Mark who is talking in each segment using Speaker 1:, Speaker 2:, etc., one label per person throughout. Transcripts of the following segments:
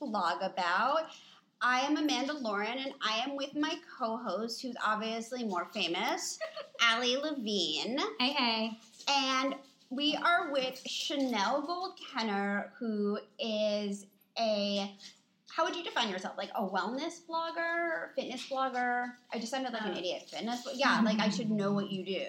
Speaker 1: blog about. I am Amanda Lauren, and I am with my co host, who's obviously more famous, Allie Levine.
Speaker 2: Hey, hey.
Speaker 1: And we are with Chanel Gold Kenner, who is a how would you define yourself? Like a wellness blogger, fitness blogger? I just sounded like an
Speaker 2: Um.
Speaker 1: idiot. Fitness, yeah. Like I should know what you do.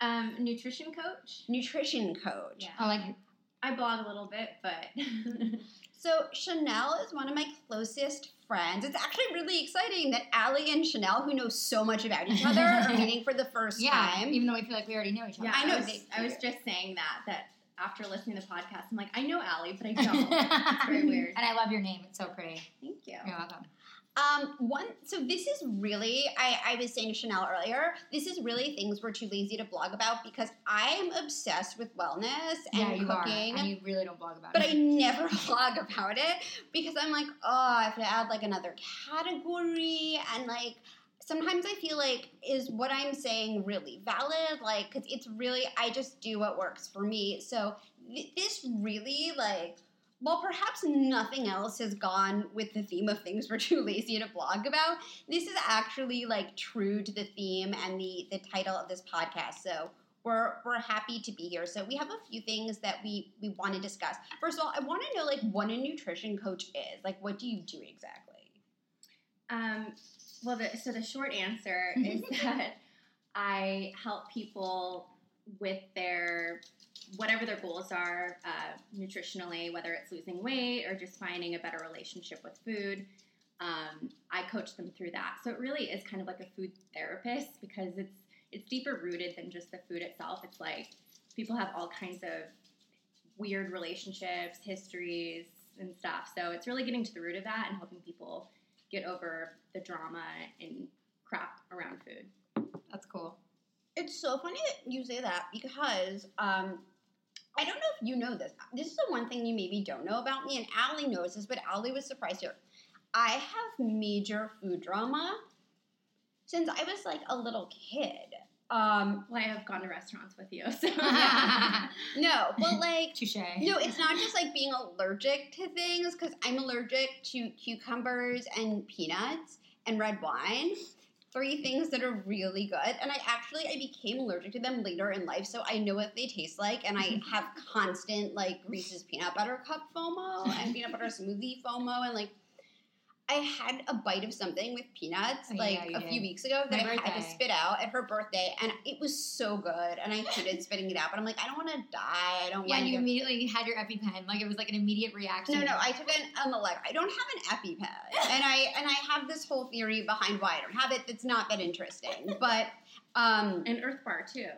Speaker 3: Um, nutrition coach. Oh.
Speaker 1: Nutrition coach.
Speaker 2: I like it.
Speaker 3: I blog a little bit, but
Speaker 1: So Chanel is one of my closest friends. It's actually really exciting that Allie and Chanel, who know so much about each other, are meeting for the first
Speaker 2: yeah.
Speaker 1: time.
Speaker 2: Even though we feel like we already know each other.
Speaker 3: yeah,
Speaker 1: I know
Speaker 3: was,
Speaker 1: they-
Speaker 3: I was just saying that that after listening to the podcast, I'm like, I know Allie, but I don't. it's very weird.
Speaker 2: And I love your name. It's so pretty.
Speaker 1: Thank you.
Speaker 2: You're welcome.
Speaker 1: Um, one. So this is really. I, I was saying to Chanel earlier. This is really things we're too lazy to blog about because I am obsessed with wellness and
Speaker 2: yeah, you
Speaker 1: cooking.
Speaker 2: are. And you really don't blog about
Speaker 1: but I
Speaker 2: it.
Speaker 1: never blog about it because I'm like, oh, I have to add like another category. And like, sometimes I feel like, is what I'm saying really valid? Like, because it's really, I just do what works for me. So th- this really, like, well, perhaps nothing else has gone with the theme of things we're too lazy to blog about. This is actually like true to the theme and the the title of this podcast. So we're we're happy to be here. So we have a few things that we we want to discuss. First of all, I want to know like what a nutrition coach is. Like, what do you do exactly?
Speaker 3: Um, well, the, so the short answer is that I help people with their whatever their goals are uh, nutritionally, whether it's losing weight or just finding a better relationship with food. Um, I coach them through that. So it really is kind of like a food therapist because it's it's deeper rooted than just the food itself. It's like people have all kinds of weird relationships, histories, and stuff. So it's really getting to the root of that and helping people get over the drama and crap around food.
Speaker 2: That's cool.
Speaker 1: It's so funny that you say that because um, I don't know if you know this. This is the one thing you maybe don't know about me, and Allie knows this, but Allie was surprised here. I have major food drama since I was like a little kid. Um,
Speaker 3: Well, I have gone to restaurants with you, so
Speaker 1: no, but like
Speaker 2: Touche.
Speaker 1: No, it's not just like being allergic to things because I'm allergic to cucumbers and peanuts and red wine. Three things that are really good, and I actually I became allergic to them later in life, so I know what they taste like, and I have constant like Reese's peanut butter cup FOMO and peanut butter smoothie FOMO, and like I had a bite of something with peanuts
Speaker 2: Oh, yeah,
Speaker 1: like
Speaker 2: you
Speaker 1: a few
Speaker 2: did.
Speaker 1: weeks ago that I
Speaker 2: My
Speaker 1: had to
Speaker 2: birthday.
Speaker 1: spit out at her birthday, and it was so good, and I hated spitting it out, but I'm like I don't want to die, I don't
Speaker 2: Yeah,
Speaker 1: want
Speaker 2: and
Speaker 1: to
Speaker 2: you immediately had your EpiPen. Like it was like an immediate reaction.
Speaker 1: no, no, I took an Emilec. I don't have an EpiPen, and I and I have this whole theory behind why I don't have it. That's not that interesting, but um,
Speaker 3: an earth bar too.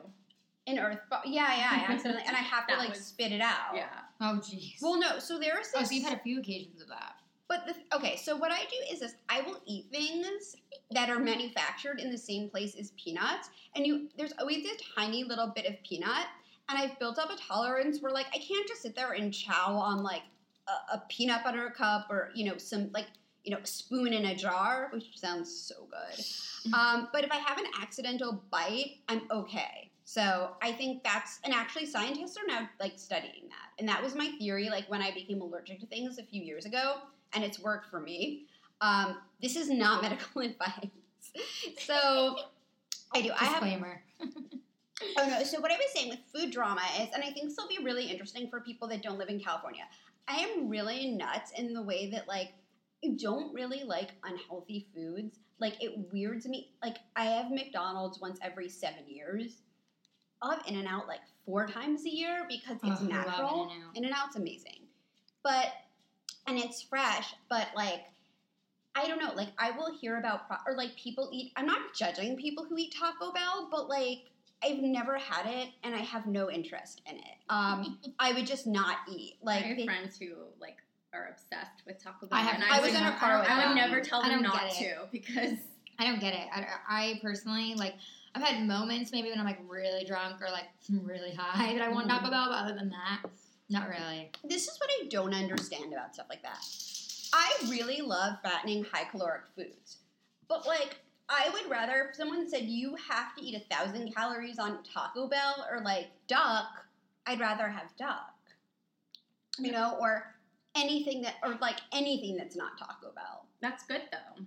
Speaker 1: an Earth, bo- yeah, yeah, I accidentally, and I have to
Speaker 3: That
Speaker 1: like
Speaker 3: was-
Speaker 1: spit it out.
Speaker 3: Yeah,
Speaker 2: Oh, jeez.
Speaker 1: Well, no. So there's this.
Speaker 2: oh, so you've had a few occasions of that.
Speaker 1: But the, okay, so what I do is this: I will eat things that are manufactured in the same place as peanuts, and you there's always a tiny little bit of peanut, and I've built up a tolerance where like I can't just sit there and chow on like a, a peanut butter cup or you know some like you know spoon in a jar, which sounds so good. Um, but if I have an accidental bite, I'm okay. So I think that's and actually scientists are now like studying that, and that was my theory. Like when I became allergic to things a few years ago, and it's worked for me. Um, this is not medical advice. So I do. I have
Speaker 2: Disclaimer.
Speaker 1: Oh no! So what I was saying with food drama is, and I think this will be really interesting for people that don't live in California. I am really nuts in the way that like I don't really like unhealthy foods. Like it weirds me. Like I have McDonald's once every seven years. I'll have In and Out like four times a year because it's
Speaker 2: Oh, I love
Speaker 1: natural.
Speaker 2: In-N-Out.
Speaker 1: In and Out's amazing, but and it's fresh. But like I don't know. Like I will hear about pro- or like people eat. I'm not judging people who eat Taco Bell, but like I've never had it and I have no interest in it. Um, I would just not eat. Like
Speaker 3: I have
Speaker 1: they-
Speaker 3: friends who like are obsessed with Taco Bell.
Speaker 2: I have-
Speaker 3: and
Speaker 2: I
Speaker 3: would
Speaker 2: was in a
Speaker 3: never-
Speaker 1: car with
Speaker 3: I
Speaker 1: them.
Speaker 3: would never tell
Speaker 2: I
Speaker 3: them
Speaker 2: don't
Speaker 3: not
Speaker 2: get
Speaker 3: to because
Speaker 2: I don't get it. I, I personally like. I've had moments maybe when I'm like really drunk or like really high that I want
Speaker 1: Mm-hmm.
Speaker 2: Taco Bell, but other than that, not really.
Speaker 1: this is what I don't understand about stuff like that. I really love fattening high caloric foods, but like I would rather if someone said you have to eat a thousand calories on Taco Bell or like duck, I'd rather have duck, you know, or anything that or like anything that's not Taco Bell.
Speaker 3: That's good though.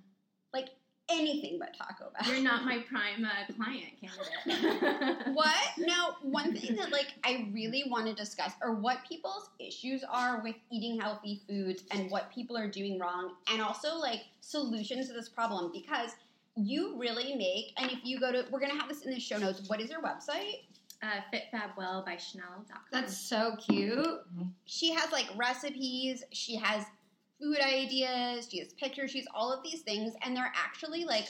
Speaker 1: Anything but Taco Bell.
Speaker 3: You're not my prime uh, client candidate.
Speaker 1: What? No, one thing that like I really want to discuss are what people's issues are with eating healthy foods and what people are doing wrong and also like solutions to this problem because you really make and if you go to we're going to have this in the show notes what is your website
Speaker 3: uh, FitFabWell by Chanel.
Speaker 2: That's so cute.
Speaker 1: she has like recipes she has food ideas she has pictures she's all of these things and they're actually like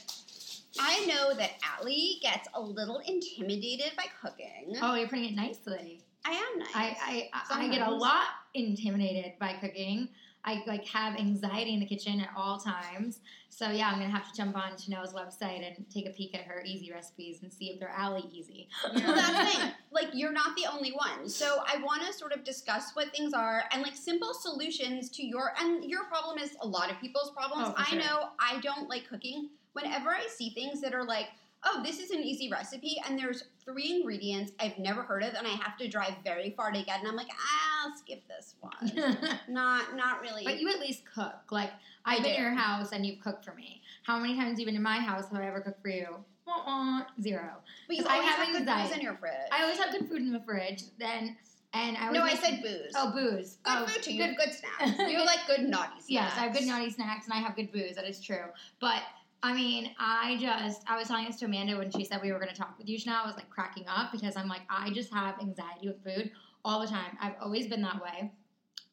Speaker 1: i know that ali gets a little intimidated by cooking
Speaker 2: Oh, you're putting it nicely.
Speaker 1: i am nice
Speaker 2: I I, I get a
Speaker 1: Sometimes.
Speaker 2: lot intimidated by cooking. I like have anxiety in the kitchen at all times. So yeah, I'm gonna have to jump on Chanel's website and take a peek at her easy recipes and see if they're alley easy.
Speaker 1: Well, that's the thing. Like, you're not the only one. So, I want to sort of discuss what things are and like simple solutions to your and your problem is a lot of people's problems.
Speaker 2: Oh, for
Speaker 1: I
Speaker 2: sure.
Speaker 1: know I don't like cooking. Whenever I see things that are like, oh, this is an easy recipe, and there's three ingredients I've never heard of, and I have to drive very far to get, and I'm like, I'll skip this one.
Speaker 2: but
Speaker 1: not, not really.
Speaker 2: you at least cook. Like
Speaker 1: I
Speaker 2: I've been
Speaker 1: do.
Speaker 2: to your house and you've cooked for me. How many times have you been to my house have I ever cooked for you? Uh-uh, Zero.
Speaker 1: but you
Speaker 2: I
Speaker 1: always
Speaker 2: have
Speaker 1: have good booze
Speaker 2: anxiety.
Speaker 1: in your fridge.
Speaker 2: I always have good food in the fridge. Then and I always
Speaker 1: no, I
Speaker 2: make-
Speaker 1: said booze.
Speaker 2: oh booze.
Speaker 1: good
Speaker 2: oh,
Speaker 1: food too. You have good snacks. You
Speaker 2: Good-
Speaker 1: have like good naughty snacks.
Speaker 2: Yes, I have good naughty snacks and I have good booze. That is true. But I mean, I just I was telling this to Amanda when she said we were going to talk with you. Now I was like cracking up because I'm like I just have anxiety with food all the time. I've always been that way.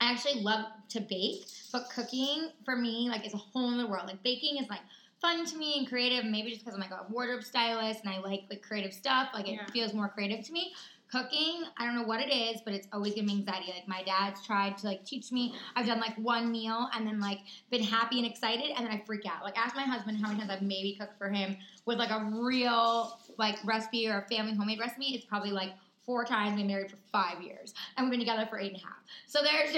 Speaker 2: I actually love to bake, but cooking for me like is a whole other world. Like baking is like fun to me and creative. Maybe just because I'm like a wardrobe stylist and I like like creative stuff. Like it
Speaker 3: Yeah.
Speaker 2: feels more creative to me cooking i don't know what it is but it's always giving me anxiety like my dad's tried to like teach me i've done like one meal and then like been happy and excited and then i freak out like ask my husband how many times i've maybe cooked for him with like a real like recipe or a family homemade recipe it's probably like four times been married for five years and we've been together for eight and a half so there's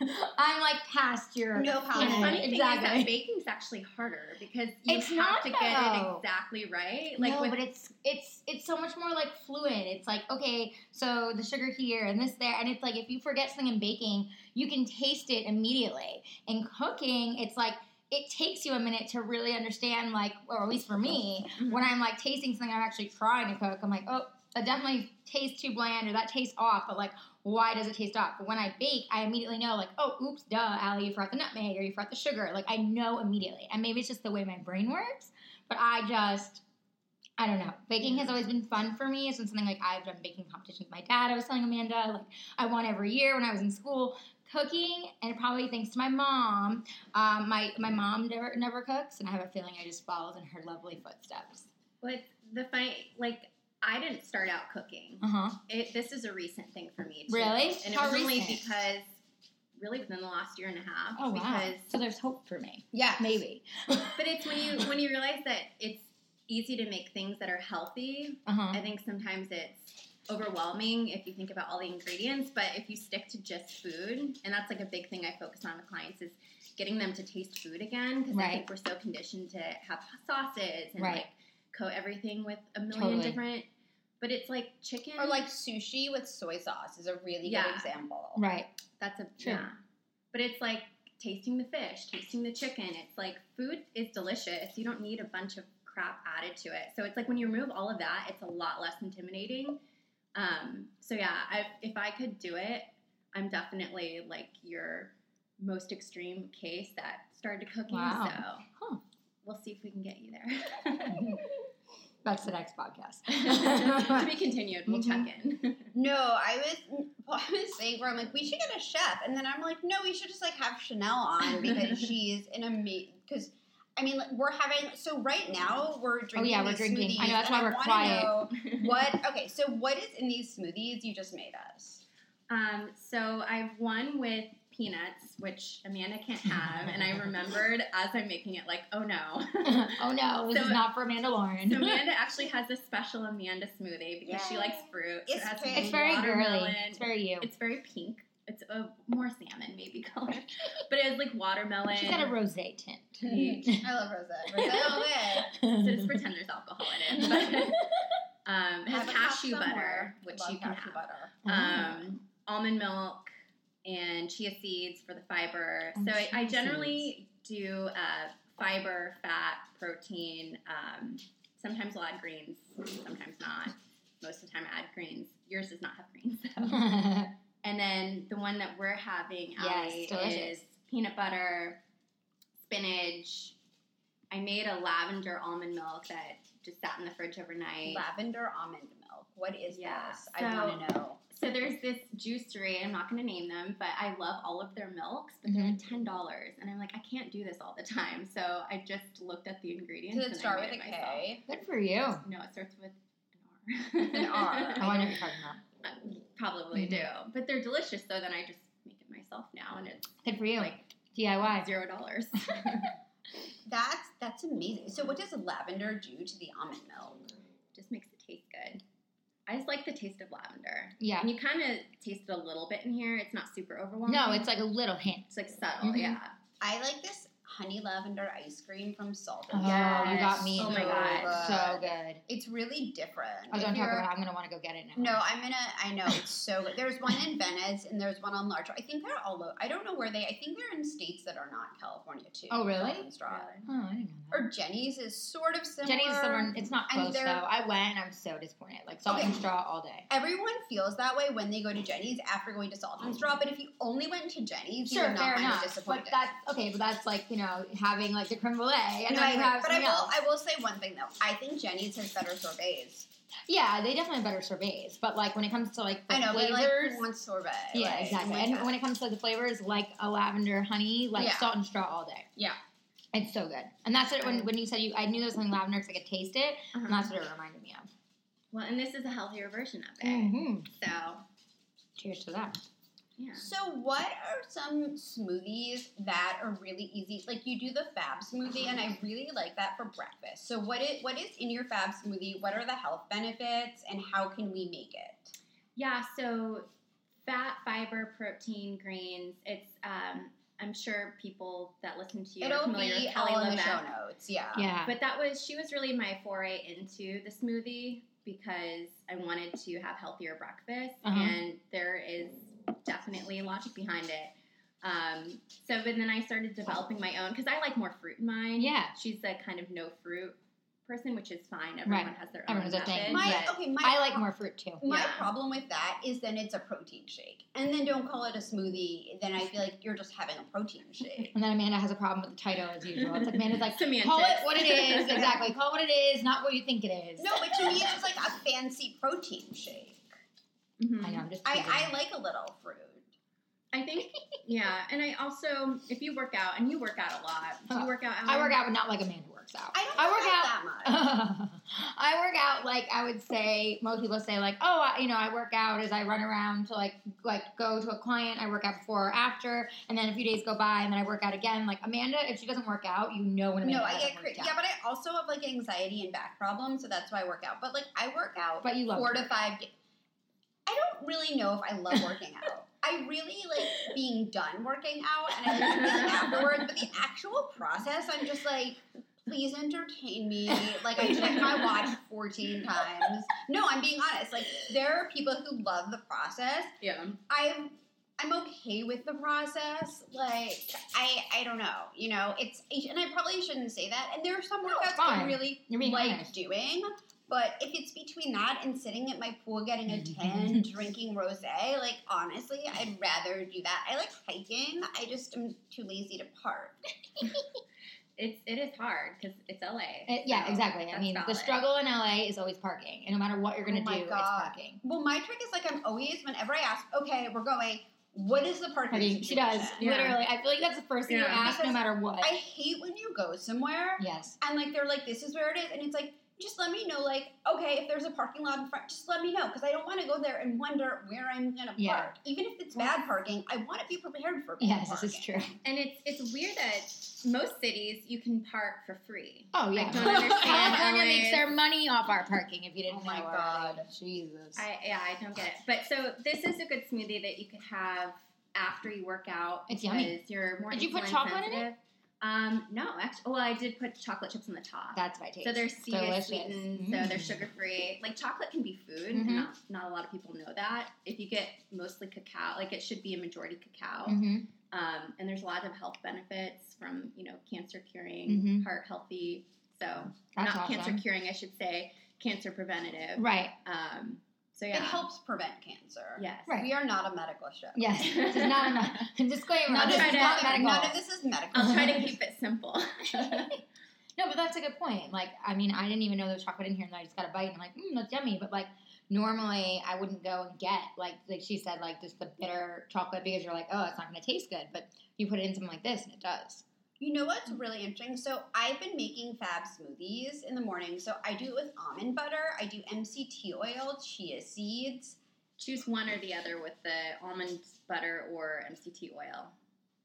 Speaker 2: i'm like past your
Speaker 1: No
Speaker 3: The
Speaker 1: comment.
Speaker 2: Yeah,
Speaker 3: funny thing is
Speaker 2: exactly.
Speaker 3: that baking's actually harder because you
Speaker 2: It's
Speaker 3: have
Speaker 2: not,
Speaker 3: to get
Speaker 2: though.
Speaker 3: it exactly right. Like
Speaker 2: no,
Speaker 3: with
Speaker 2: but it's it's it's so much more like fluid. It's like okay, so the sugar here and this there, and it's like if you forget something in baking, you can taste it immediately. In cooking, it's like it takes you a minute to really understand, like, or at least for me,
Speaker 3: Mm-hmm.
Speaker 2: when I'm like tasting something I'm actually trying to cook, I'm like, oh, that definitely tastes too bland or that tastes off, but like, why does it taste off? But when I bake, I immediately know, like, oh, oops, duh, Allie, you forgot the nutmeg or you forgot the sugar. Like, I know immediately. And maybe it's just the way my brain works, but I just, I don't know. Baking has always been fun for me. It's been something like I've done baking competitions with my dad. I was telling Amanda, like, I won every year when I was in school. Cooking, and probably thanks to my mom, um, my my mom never never cooks, and I have a feeling I just followed in her lovely footsteps.
Speaker 3: with the funny like I didn't start out cooking.
Speaker 2: Uh huh.
Speaker 3: It, this is a recent thing for me. Too.
Speaker 2: Really?
Speaker 3: And it
Speaker 2: How
Speaker 3: was only
Speaker 2: recent?
Speaker 3: because really within the last year and a half.
Speaker 2: Oh wow.
Speaker 3: because
Speaker 2: So there's hope for me.
Speaker 1: Yeah.
Speaker 2: Maybe.
Speaker 3: but it's when you when you realize that it's easy to make things that are healthy.
Speaker 2: Uh huh.
Speaker 3: I think sometimes it's overwhelming if you think about all the ingredients, but if you stick to just food, and that's like a big thing I focus on with clients is getting them to taste food again because I
Speaker 2: Right.
Speaker 3: think we're so conditioned to have sauces and
Speaker 2: Right.
Speaker 3: like coat everything with a million
Speaker 2: Totally.
Speaker 3: different. But it's like chicken
Speaker 1: Or like sushi with soy sauce is a really good
Speaker 3: Yeah.
Speaker 1: example.
Speaker 2: Right.
Speaker 3: That's a
Speaker 2: Sure.
Speaker 3: yeah. But it's like tasting the fish, tasting the chicken. It's like food is delicious. You don't need a bunch of crap added to it. So it's like when you remove all of that, it's a lot less intimidating. Um, so yeah, I, if I could do it, I'm definitely like your most extreme case that started cooking.
Speaker 2: Wow.
Speaker 3: So
Speaker 2: Huh.
Speaker 3: we'll see if we can get you there.
Speaker 2: That's the next podcast.
Speaker 3: to be continued. We'll check
Speaker 2: Mm-hmm.
Speaker 3: in.
Speaker 1: No, I was I was saying where I'm like, we should get a chef, and then I'm like, no, we should just like have Chanel on because she's an amazing. Because I mean, like, we're having so right now we're drinking.
Speaker 2: yeah, we're
Speaker 1: these
Speaker 2: drinking. I
Speaker 1: smoothies,
Speaker 2: know, that's
Speaker 1: and
Speaker 2: why we're
Speaker 1: wanna
Speaker 2: quiet.
Speaker 1: know What? Okay, so what is in these smoothies you just made us?
Speaker 3: Um, so I've one with peanuts, which Amanda can't have, and I remembered as I'm making it, like, oh no.
Speaker 2: oh no, this
Speaker 3: So-
Speaker 2: is not for Amanda Lauren.
Speaker 3: so Amanda actually has a special Amanda smoothie because she
Speaker 1: Yay.
Speaker 3: likes fruit. so
Speaker 1: It's
Speaker 3: it has
Speaker 1: very-
Speaker 2: it's very girly.
Speaker 3: watermelon.
Speaker 2: It's very you.
Speaker 3: It's very pink. It's a more salmon maybe color, but it has like watermelon.
Speaker 2: She's got a rosé tint.
Speaker 1: Mm-hmm. I love Rosette. Rosette all day.
Speaker 3: so just pretend there's alcohol in it. But, um, it has
Speaker 1: Have a cup
Speaker 3: cashew butter,
Speaker 1: somewhere.
Speaker 3: which
Speaker 1: Love
Speaker 3: you can
Speaker 1: cashew
Speaker 3: have.
Speaker 1: butter.
Speaker 2: Ah.
Speaker 3: Um, almond milk, and chia seeds for the fiber.
Speaker 2: And
Speaker 3: so I, I
Speaker 2: chia
Speaker 3: generally do uh, fiber, fat, protein. Um, sometimes I'll add greens, sometimes not. Most of the time, I add greens. Yours does not have greens. though.
Speaker 1: um,
Speaker 3: and then the one that we're having
Speaker 2: Yes,
Speaker 3: Allie,
Speaker 2: delicious.
Speaker 3: is peanut butter, spinach. I made a lavender almond milk that just sat in the fridge overnight.
Speaker 1: Lavender almond milk. What is
Speaker 3: Yeah,
Speaker 1: this? I want to know.
Speaker 3: So there's this juicery, I'm not going to name them, but I love all of their milks, but they're like ten dollars, and I'm like, I can't do this all the time. So I just looked at the ingredients.
Speaker 1: Does it
Speaker 3: and I
Speaker 1: start
Speaker 3: made
Speaker 1: with a
Speaker 3: it myself.
Speaker 1: K?
Speaker 2: Good for you. Oh,
Speaker 3: No, it starts with an R.
Speaker 1: An R.
Speaker 2: I wonder what you're talking about.
Speaker 3: Probably
Speaker 2: Mhm.
Speaker 3: do, but they're delicious. So then I just make it myself now, and it's
Speaker 2: Good for you.
Speaker 3: Like-
Speaker 2: DIY.
Speaker 3: zero dollars.
Speaker 1: That's that's amazing. So what does lavender do to the almond milk?
Speaker 3: just makes it taste good. I just like the taste of lavender,
Speaker 2: Yeah.
Speaker 3: and you kind of taste it a little bit in here. It's not super overwhelming.
Speaker 2: No, it's like a little hint.
Speaker 3: it's like subtle.
Speaker 2: Mhm.
Speaker 3: Yeah.
Speaker 1: I like this honey lavender ice cream from Salt.
Speaker 2: Oh,
Speaker 1: and
Speaker 2: you got
Speaker 3: Yes.
Speaker 2: me.
Speaker 3: Oh my
Speaker 2: so
Speaker 3: God.
Speaker 2: So good.
Speaker 1: It's really different.
Speaker 2: Oh,
Speaker 1: If
Speaker 2: don't talk
Speaker 1: you're-
Speaker 2: about it. I'm going to want to go get it now.
Speaker 1: No, I'm gonna. I know it's so good. There's one in Venice and there's one on Larch. I think they're all. o- I don't know where they. I think they're in states that are not California too.
Speaker 2: Oh, really?
Speaker 1: Almond straw.
Speaker 2: Oh, I didn't know that.
Speaker 1: Or Jenny's is sort of similar.
Speaker 2: Jenny's summer. It's not
Speaker 1: and
Speaker 2: close though.
Speaker 1: they're-
Speaker 2: I went and I'm so disappointed. Like salt
Speaker 1: Okay.
Speaker 2: and straw all day.
Speaker 1: Everyone feels that way when they go to Jenny's after going to Salt and Straw. But if you only went to Jenny's, you
Speaker 2: Mm-hmm. Sure,
Speaker 1: would not
Speaker 2: fair
Speaker 1: find it
Speaker 2: enough.
Speaker 1: disappointed.
Speaker 2: But that's okay. But that's like you know having like the creme brulee and
Speaker 1: No,
Speaker 2: then
Speaker 1: I
Speaker 2: you
Speaker 1: agree.
Speaker 2: have
Speaker 1: but I
Speaker 2: something
Speaker 1: will.
Speaker 2: else.
Speaker 1: I will say one thing though. I think Jenny's has better sorbets.
Speaker 2: Yeah, they definitely have better sorbets. But like when it comes to like the
Speaker 1: I know,
Speaker 2: flavors,
Speaker 1: but like who wants sorbet.
Speaker 2: yeah,
Speaker 1: Like,
Speaker 2: exactly.
Speaker 1: like
Speaker 2: And
Speaker 1: that.
Speaker 2: when it comes to the flavors, like a lavender honey, like
Speaker 1: Yeah.
Speaker 2: salt and straw all day.
Speaker 1: Yeah.
Speaker 2: It's so good. And that's what when, when you said you I knew there was something lavender because I could taste it, and that's what it reminded me of.
Speaker 3: Well, and this is a healthier version of it.
Speaker 1: Mm.
Speaker 2: Mm-hmm.
Speaker 3: So
Speaker 2: Cheers to that.
Speaker 3: yeah.
Speaker 1: So, what are some smoothies that are really easy? Like you do the Fab smoothie, and I really like that for breakfast. So, what is what is in your Fab smoothie? What are the health benefits, and how can we make it?
Speaker 3: Yeah, so fat, fiber, protein, greens. It's um, I'm sure people that listen to you are
Speaker 1: It'll
Speaker 3: familiar
Speaker 1: be
Speaker 3: with Kelly
Speaker 1: all in the
Speaker 3: Levesque.
Speaker 1: show notes. Yeah.
Speaker 2: Yeah.
Speaker 3: But that was she was really my foray into the smoothie because I wanted to have healthier breakfast,
Speaker 2: Uh-huh.
Speaker 3: and there is definitely logic behind it. Um, so, but then I started developing my own because I like more fruit in mine.
Speaker 2: yeah.
Speaker 3: she's the kind of no fruit person, which is fine. Everyone
Speaker 2: Right.
Speaker 3: has their own
Speaker 2: Everyone's a
Speaker 3: method.
Speaker 2: thing.
Speaker 1: My
Speaker 2: Yeah.
Speaker 1: okay. My
Speaker 2: I like more fruit too.
Speaker 1: My
Speaker 3: Yeah.
Speaker 1: problem with that is then it's a protein shake, and then don't call it a smoothie. Then I feel like you're just having a protein shake.
Speaker 2: And then Amanda has a problem with the title as usual. It's like Amanda's like,
Speaker 3: Semantics.
Speaker 2: call it what it is. Exactly. Call it what it is, not what you think it is.
Speaker 1: No, but to me it's like a fancy protein shake.
Speaker 3: Mhm.
Speaker 2: I know. I'm just.
Speaker 1: I,
Speaker 2: teasing.
Speaker 1: I like a little fruit.
Speaker 3: I think, yeah, and I also, if you work out, and you work out a lot, do you work out?
Speaker 2: I
Speaker 3: Alan?
Speaker 2: work out, but not like Amanda works out.
Speaker 1: I don't
Speaker 2: I work
Speaker 1: like
Speaker 2: out.
Speaker 1: that much.
Speaker 2: I work out like I would say most people say like oh I, you know I work out as I run around to like like go to a client I work out before or after and then a few days go by and then I work out again like Amanda if she doesn't work out you know when Amanda
Speaker 1: No, I
Speaker 2: hasn't
Speaker 1: get
Speaker 2: worked
Speaker 1: crazy.
Speaker 2: out
Speaker 1: Yeah, but I also have like anxiety and back problems, so that's why I work out. But like I work out
Speaker 2: but you love
Speaker 1: four
Speaker 2: it.
Speaker 1: to five. Ga- I don't really know if I love working out. I really like being done working out and I like being afterwards, but the actual process, I'm just like, please entertain me. Like I check my watch 14 times. No, I'm being honest. Like there are people who love the process.
Speaker 3: Yeah.
Speaker 1: I'm I'm okay with the process. Like I I don't know. You know, it's and I probably shouldn't say that. And there are some
Speaker 2: No,
Speaker 1: workouts
Speaker 2: it's
Speaker 1: I
Speaker 2: fine.
Speaker 1: really
Speaker 2: You're being
Speaker 1: like
Speaker 2: honest.
Speaker 1: doing. But if it's between that and sitting at my pool getting a tan, drinking rosé, like honestly, I'd rather do that. I like hiking. I just am too lazy to park.
Speaker 3: It's it is hard because it's LA.
Speaker 2: Uh, yeah
Speaker 3: so
Speaker 2: exactly I
Speaker 3: that's
Speaker 2: mean the
Speaker 3: valid.
Speaker 2: struggle in LA is always parking and no matter what you're gonna
Speaker 1: Oh my
Speaker 2: do
Speaker 1: God.
Speaker 2: it's parking
Speaker 1: Well, my trick is like I'm always whenever I ask, okay, we're going. What is the parking?
Speaker 2: parking she does
Speaker 1: situation?"
Speaker 3: Yeah.
Speaker 2: literally I feel like that's the first thing you
Speaker 3: Yeah.
Speaker 2: ask no
Speaker 1: Because
Speaker 2: matter what
Speaker 1: I hate when you go somewhere
Speaker 2: yes
Speaker 1: and like they're like this is where it is and it's like just let me know like okay if there's a parking lot in front just let me know because i don't want to go there and wonder where i'm gonna
Speaker 2: Yeah.
Speaker 1: park even if it's bad parking i want to be prepared for bad
Speaker 2: yes
Speaker 1: parking.
Speaker 2: this is true
Speaker 3: And it's it's weird that most cities you can park for free.
Speaker 2: Oh yeah,
Speaker 3: I don't understand
Speaker 2: California
Speaker 3: LA's-
Speaker 2: makes their money off our parking. If you didn't
Speaker 1: Oh, my
Speaker 2: know
Speaker 1: God.
Speaker 2: already. Jesus.
Speaker 3: I yeah, I don't get it. But so this is a good smoothie that you could have after you work out.
Speaker 2: It's yummy.
Speaker 3: because You're more
Speaker 2: Did you put
Speaker 3: insulin
Speaker 2: chocolate in it?
Speaker 3: sensitive. Um, no, actually, well, I did put chocolate chips on the top.
Speaker 2: That's my taste.
Speaker 3: so they're stevia
Speaker 2: Delicious.
Speaker 3: sweetened, so they're
Speaker 2: Mm.
Speaker 3: sugar free. Like chocolate can be food,
Speaker 2: Mhm.
Speaker 3: and not, not a lot of people know that. If you get mostly cacao, like it should be a majority cacao.
Speaker 2: Mhm.
Speaker 3: Um, and there's a lot of health benefits from you know cancer curing,
Speaker 2: Mhm.
Speaker 3: heart healthy. So
Speaker 2: That's
Speaker 3: not
Speaker 2: awesome.
Speaker 3: cancer curing, I should say, cancer preventative.
Speaker 2: Right.
Speaker 3: Um, so
Speaker 1: It
Speaker 3: yeah,
Speaker 1: helps prevent cancer.
Speaker 3: Yes,
Speaker 2: Right.
Speaker 1: We are not a medical show.
Speaker 2: Yes. This is not enough. Disclaimer.
Speaker 1: None,
Speaker 3: I'll
Speaker 1: of,
Speaker 2: this
Speaker 3: try
Speaker 2: is
Speaker 1: this-
Speaker 3: to-
Speaker 1: none of-
Speaker 2: not medical.
Speaker 1: none of this is medical.
Speaker 3: I'll try to keep it simple.
Speaker 2: No, but that's a good point. Like, I mean, I didn't even know there was chocolate in here, and I just got a bite, and I'm like, mm, that's yummy. But like, normally I wouldn't go and get like, like she said, like just the bitter chocolate because you're like, oh, it's not going to taste good. But you put it in something like this, and it does.
Speaker 1: You know what's really interesting? So I've been making fab smoothies in the morning. So I do it with almond butter. I do MCT oil, chia seeds.
Speaker 3: Choose one or the other with the almond butter or MCT oil.